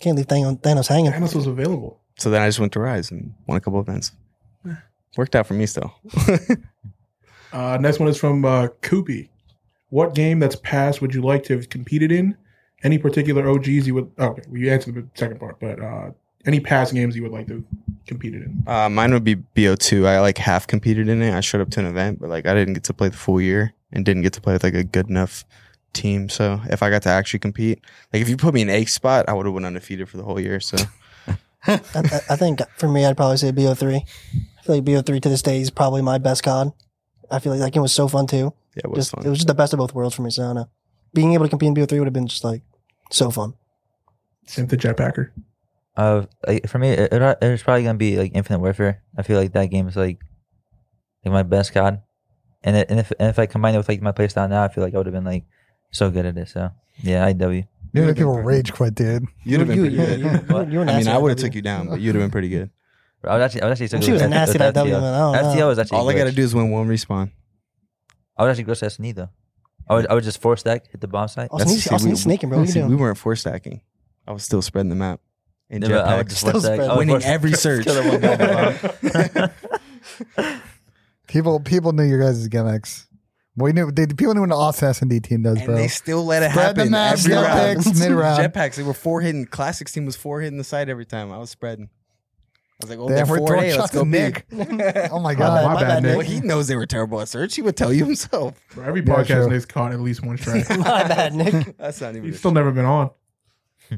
Can't leave Thanos, Thanos hanging.
Thanos was available.
So then I just went to Rise and won a couple events. Worked out for me still.
Uh, next one is from uh, Koopy. What game that's passed would you like to have competed in? Any particular OGs you would? Oh, okay, well, you answered the second part, but uh, any past games you would like to have competed in?
Uh, mine would be BO2. I like half competed in it. I showed up to an event, but like I didn't get to play the full year and didn't get to play with like a good enough team. So if I got to actually compete, like if you put me in eighth spot, I would have went undefeated for the whole year. So
I, I, I think for me, I'd probably say BO3. I feel like BO3 to this day is probably my best COD. I feel like that game was so fun too.
yeah, it was
just
fun.
it was just the best of both worlds for me. So I don't know. Being able to compete in BO3 would have been just like so fun.
Same to Jetpacker.
Uh, like, for me, it, it- it's probably gonna be like Infinite Warfare. I feel like that game is like, like my best COD, and it, and if and if I combine it with like my playstyle now, I feel like I would have been like so good at it. So yeah, IW.
You know,
would've
people
been great.
rage quit, dude.
You'd have been
You-
pretty
you-
good.
you- you- you were
I mean,
nasty
I would have
at
took you down, but you'd have been pretty good.
I would actually, I would actually. so
She
good
was
with
nasty
with
at IW,
FTL.
man. I don't know.
FTL was actually.
All I
good.
got to do is win one respawn.
I would actually go to SNE though. I would, I would just force stack, hit the bomb site.
Austin,
That's-
he's,
see,
Austin,
we-
he's sneaking, bro. What are you
See, we
doing?
weren't four stacking. I was still spreading the map. And
Yeah, but I would
jetpacks.
just
Still
force stack.
spread.
I would
winning
force-
every search.
kill the one guy
People people knew your guys' gimmicks. We knew they, people knew what the Austin S and D team does,
And
bro.
they still let it
Spread the
happen
map,
every
jet
round.
packs, mid-round.
Jetpacks, they were four hitting. Classics team was four hitting the side every time. I was spreading. I was like, oh,
Damn,
they're
we're
four
throwing
A.
shots
Let's go
at
big.
Nick. Oh my
My
god!
bad,
Well,
Nick.
he knows they were terrible at search. He would tell you himself.
Bro, every
Yeah,
podcast
sure.
Nick's caught at least one strike.
My bad, Nick. He's
That's not even.
He's still never been on.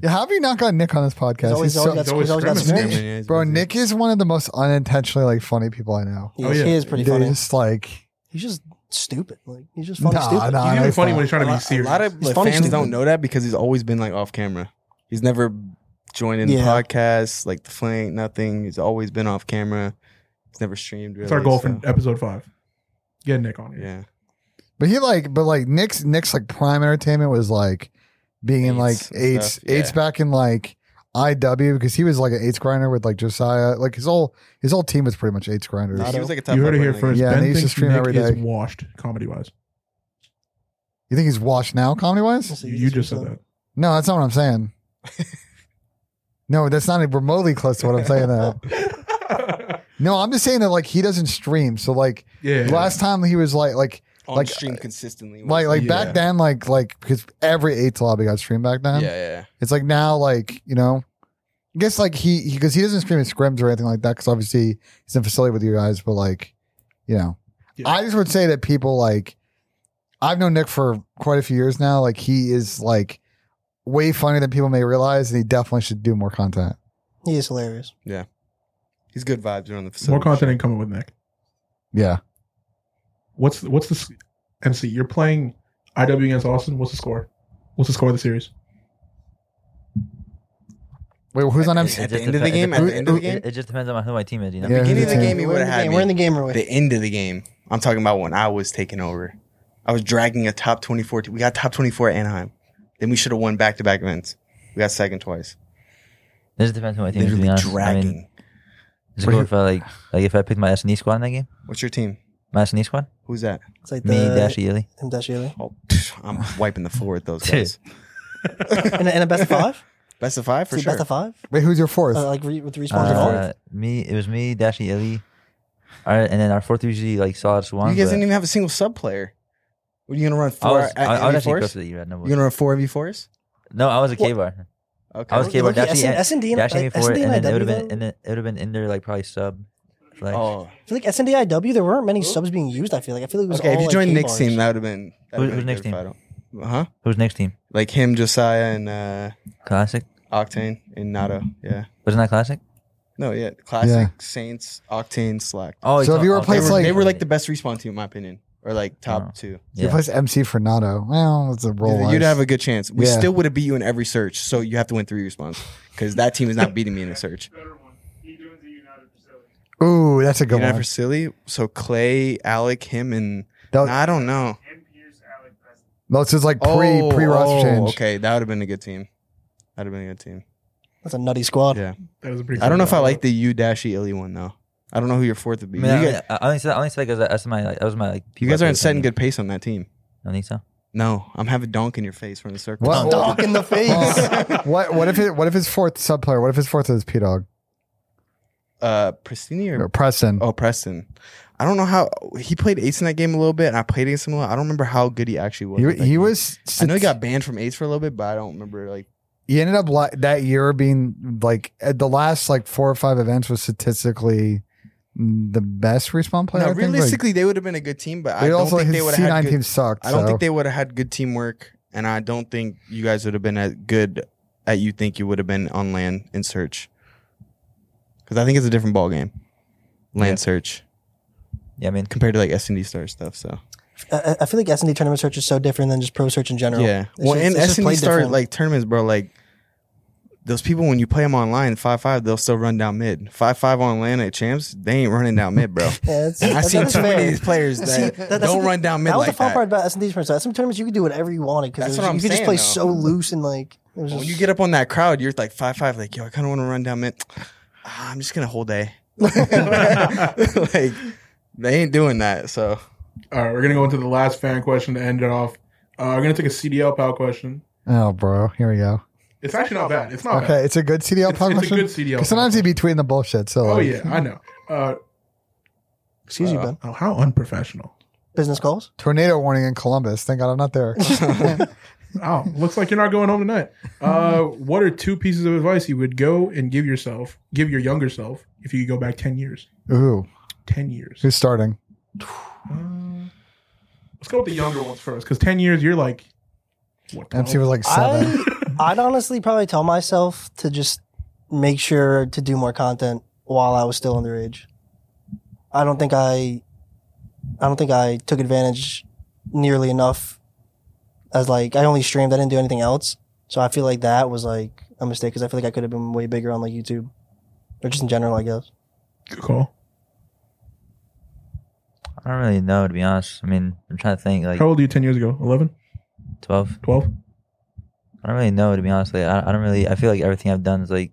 Yeah, how have you not got Nick on this podcast?
always,
He's so-
always got,
he's always
he's always got some
scrimmaging.
energy.
bro, Nick is one of the most unintentionally like funny people I know.
He,
Oh,
is-
yeah.
he is pretty
They're
funny.
just like
He's just stupid. Like he's just funny
Nah,
stupid.
nah.
He's
I
even funny
thought-
when he's
A
trying to be
lot, a
serious.
lot of
He's
like,
funny,
fans don't
stupid.
know that because he's always been like off camera. He's never joined in
Yeah.
podcasts, like the flank, nothing. He's always been off camera. He's never streamed. Really,
That's our goal
so,
for episode five. Get Nick on here.
yeah.
But he like, but like Nick's Nick's like prime entertainment was like being in like
Eights and
eights
stuff, yeah.
eights back in like IW because he was like an eights grinder with like Josiah. Like his whole his whole team was pretty much eights grinders.
He was like a top
You heard it
five
here
player.
first.
Yeah,
ben
they used to
thinks
stream
Nick
every
is
day.
washed comedy wise.
You think he's washed now comedy wise?
Let's see,
You,
he's
you just said
so-
that.
No, that's not what I'm saying. no, that's not even remotely close to what I'm saying though. No, I'm just saying that like he doesn't stream. So like
yeah.
last time he was like like
on
Like,
stream consistently.
like like
Yeah.
back then like like because every eights lobby got streamed back
yeah,
um,
then.
yeah.
It's like now, like you know, I guess like he because he, doesn't stream at scrims or anything like that because obviously he's in facility with you guys. But like, you know,
Yeah.
I just would say that people like I've known Nick for quite a few years now. Like he is like way funnier than people may realize, and he definitely should do more content.
He is hilarious.
He's good vibes around the facility.
More content ain't coming with Nick.
Yeah,
What's what's this MC? You're playing IW against Austin. What's the score? What's the score of the series?
Wait, who's on
It-
MC?
it
At
just
the end of the
depen-
game?
it-
At the end of the
it-
game?
It just depends on who my team is, you know.
Yeah,
Beginning
who's
of the
on
game, he
We're
would
in the
have had
game.
me.
We're in the game real quick.
the end of the game. I'm talking about when I was taking over. I was dragging a top 24. t- We got top 24 at Anaheim. Then we should have won back to back events. We got second twice.
It just depends on my team. is, to be
Literally
honest. I
dragging.
mean, it's cool if I like, like if I picked my S and E squad in that game,
What's your team?
my S and E squad,
Who's that?
It's like the
me, Dash, Yili.
him Dash Yelly.
Oh, pff, I'm wiping the floor with those guys.
In a, in a best of five?
Best of five for
See,
sure.
Best of five?
Wait, who's your fourth?
Uh, like re, with respawns and all?
Uh, me, it was me, Dash, Yili. All right, and then our fourth usually like solid swan.
you guys
but
didn't even have a single sub player. Were you gonna run
I
four
was,
at
I, I was
MV4s?
actually close to the E-Red. No,
You gonna run four v fours?
no, I was a K bar.
Okay. E
I was K bar.
Look at
Dash,
SN SND and
Dash
like,
uh,
for it,
SND
and
and
then it would
IW.
have been,
though.
and then it would have been in there like probably sub. Like,
oh,
I feel like SND IW, there weren't many subs being used, I feel like. I feel like it was
okay. If
all,
you
like,
joined Nick's
K-bars.
uh, team, that would have been. that
Who-
would've been
who's
a good fight. Huh?
who's next team?
Like him, Josiah, and uh,
Classic.
Octane, and Nato. Yeah.
Wasn't that classic?
No, yeah. Classic
Yeah.
Saints, Octane, Slack.
Oh,
So
you
if you
talk-
They
replace,
were,
like-
they were like the best respawn team, in my opinion, or like top
Oh.
two.
You
yeah.
place MC for Nato. Well, it's a roll.
You'd have a good chance. We
Yeah.
still would have beat you in every search, so you have to win three respawns because that team is not beating me in a search.
Better one. He joins the United facility.
Ooh, that's a
Go
good
you know,
one.
for silly. So Clay, Alec, him, and
That was,
I don't know.
Him, Pierce, Alec, Preston.
that's just like pre
Oh,
pre
oh,
roster change.
Okay, that would have been a good team. That'd have been a good team.
That's a nutty squad.
Yeah,
That is a pretty.
I don't know if I
solid
like the U dashy Illy one though. I don't know who your fourth would
I
be.
mean, I,
you,
mean,
guys,
I only said I only said that because that's my like, that was my like.
you guys aren't setting good pace on that team.
I think so.
No, I'm having donk in your face from the circle.
What?
Dog in the face.
Oh.
Well, what what if it, what if his fourth sub player? What if his fourth is P Dog
Uh, Pristini or
or Preston?
Oh, Preston. I don't know how he played Ace in that game a little bit, and I played Ace in a little. I don't remember how good he actually was.
he,
with that
he
game.
was.
I know he got banned from Ace for a little bit, but I don't remember like.
he ended up li- that year being like at the last like four or five events was statistically the best respawn player.
No,
I think. Like,
realistically, they would have been a good team, but I
they
don't
also
think
his
they would
C
have had.
nine
Good,
team sucked.
I don't
so.
think they would have had good teamwork, and I don't think you guys would have been as good at you think you would have been on land in search. Because I think it's a different ball game, land
Yeah.
search
Yeah, I mean,
compared to like S and D star stuff. So
I, I feel like S&D tournament search is so different than just pro search in general.
Yeah.
It's
Well,
just-
and
it's just
S and D
played
start
different.
like tournaments, bro. Like those people when you play them online five five, they'll still run down mid. Five five on land at champs, they ain't running down mid, bro.
Yeah, it's,
I
that-
seen
that is
too many
fair.
of these players that,
See, that- that's
don't
the-
run down mid
That was
like
the fun
that.
part about S&D tournaments. At some tournaments, you could do whatever you wanted
That's
because
what I'm
you could just
saying,
play
though.
so loose and like it was just,
When you get up on that crowd, you're like five five, like yo, I kind of want to run down mid. Ah, I'm just gonna hold A. like they ain't doing that. So
All right, we're gonna go into the last fan question to end it off. Uh, we're gonna take a CDL pal question.
Oh, bro, here we go.
It's actually not bad. It's
Oh.
not
Okay, it's a good
Bad.
CDL
It's, it's a
question.
good CDL.
Because sometimes
pal
he'd be tweeting the bullshit. So
question.
like,
Oh yeah, I know. Uh,
excuse me,
Uh,
Ben.
oh, how unprofessional.
Business calls.
tornado warning in Columbus. Thank God I'm not there.
Oh, looks like you're not going home tonight. Uh, what are two pieces of advice you would go and give yourself, give your younger self, if you could go back ten years?
Ooh,
Ten years.
who's starting?
Let's go with the younger ones first, because ten years you're like. What,
MC was like seven.
I I'd honestly probably tell myself to just make sure to do more content while I was still underage. I don't think I I don't think I took advantage nearly enough as like I only streamed, I didn't do anything else. So I feel like that was like a mistake because I feel like I could have been way bigger on like YouTube or just in general, I guess.
Good call.
I don't really know to be honest. I mean, I'm trying to think like
How old are you ten years ago? 11?
12.
12?
I don't really know to be honest. Like, I, I don't really. I feel like everything I've done is like,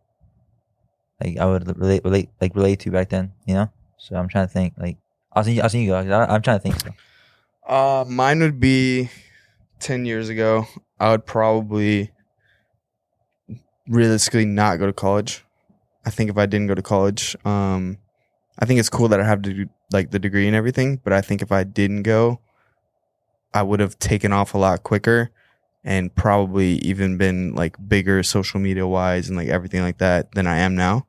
like I would relate, relate, like relate to back then. You know. So I'm trying to think. Like, I'll see, I'll see you go. 'cause I, I'm trying to think. So.
Uh, mine would be ten years ago. I would probably realistically not go to college. I think if I didn't go to college, um, I think it's cool that I have to do, like the degree and everything. But I think if I didn't go, I would have taken off a lot quicker and probably even been like bigger social media wise and like everything like that than I am now.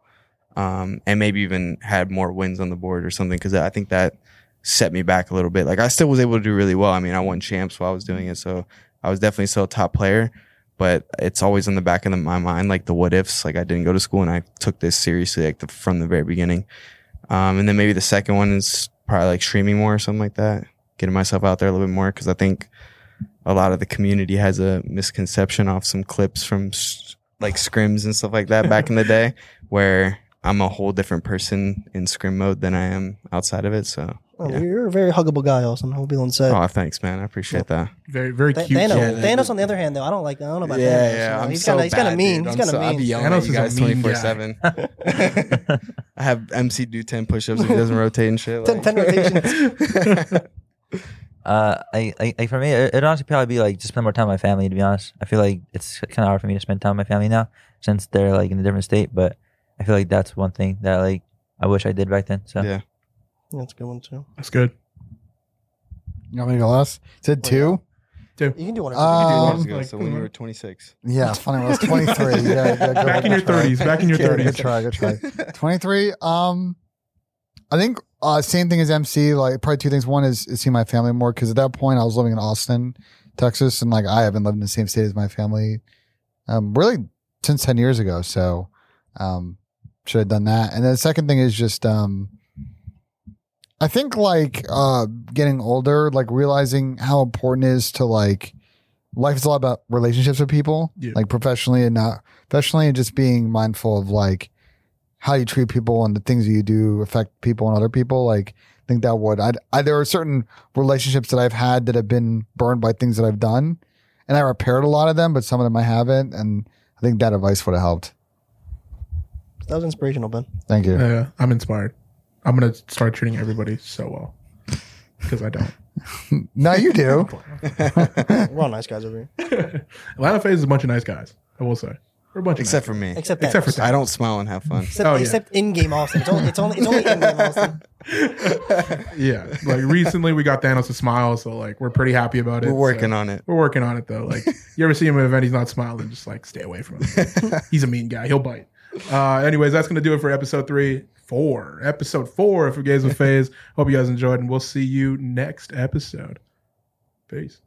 Um, and maybe even had more wins on the board or something because I think that set me back a little bit. Like I still was able to do really well. I mean, I won champs while I was doing it, so I was definitely still a top player. But it's always in the back of the, my mind, like the what ifs. Like I didn't go to school and I took this seriously, like the, from the very beginning. Um, and then maybe the second one is probably like streaming more or something like that, getting myself out there a little bit more because I think a lot of the community has a misconception off some clips from s- like scrims and stuff like that back in the day, where I'm a whole different person in scrim mode than I am outside of it. So,
Oh,
yeah.
You're a very huggable guy, Austin. I will be on set.
oh, thanks, man. I appreciate that.
Very, very
Th-
cute.
Thanos,
cat.
Yeah,
Thanos, on the other hand, though, I don't like. I don't know about Thanos. you know.
I'm
he's
so
kind of he's kind
bad,
of mean.
dude.
He's
I'm
kind
so-
of
I
mean.
be yelling
Thanos
at
is
you
a
guys
mean guy.
twenty four seven. I have MC do ten push ups if he doesn't rotate and shit.
10 10
rotations.
Uh, I, I, I for me, it, it'd honestly probably be like just spend more time with my family. To be honest, I feel like it's kind of hard for me to spend time with my family now since they're like in a different state. But I feel like that's one thing that like I wish I did back then. So
yeah.
That's a good one too.
That's good.
You want me to go last? Said
Oh, yeah.
two?
You can do one.
Uh,
Two
Um,
years ago, so when you were twenty six.
Yeah, it's funny. I was 23. yeah, yeah, go
Back in your
ahead, try.
30s. Back in your
Yeah, Good
30s.
try. Good try. 23. Um, I think uh, same thing as MC. Like probably two things. One is, is see my family more because at that point I was living in Austin, Texas, and like I haven't lived in the same state as my family, um, really since ten years ago. So, um, should have done that. And then the second thing is just um, I think like uh, getting older, like realizing how important it is to like life is a lot about relationships with people,
Yeah.
like professionally and not professionally, and just being mindful of like how you treat people and the things that you do affect people and other people. Like I think that would I, I there are certain relationships that I've had that have been burned by things that I've done, and I repaired a lot of them, but some of them I haven't, and I think that advice would have helped.
That was inspirational, Ben.
Thank you.
Yeah, I'm inspired. I'm gonna start treating everybody so well because I don't.
Now you do.
We're all nice guys over here,
Atlanta Phase is a bunch of nice guys. I will say, we're a bunch.
Except
of
for me.
except
Except
except
for
I don't smile and have fun.
except,
Oh, yeah.
except in-game Austin. It's only it's only it's only in-game Austin.
nice. yeah. Like recently, we got Thanos to smile, so like we're pretty happy about it.
We're working
So-
on it.
We're working on it though. Like you ever see him at an event, he's not smiling. Just like stay away from him. he's a mean guy. He'll bite. Uh, anyways, that's gonna do it for episode three, four, episode four of Gaze with Phase. Hope you guys enjoyed, and we'll see you next episode. Peace.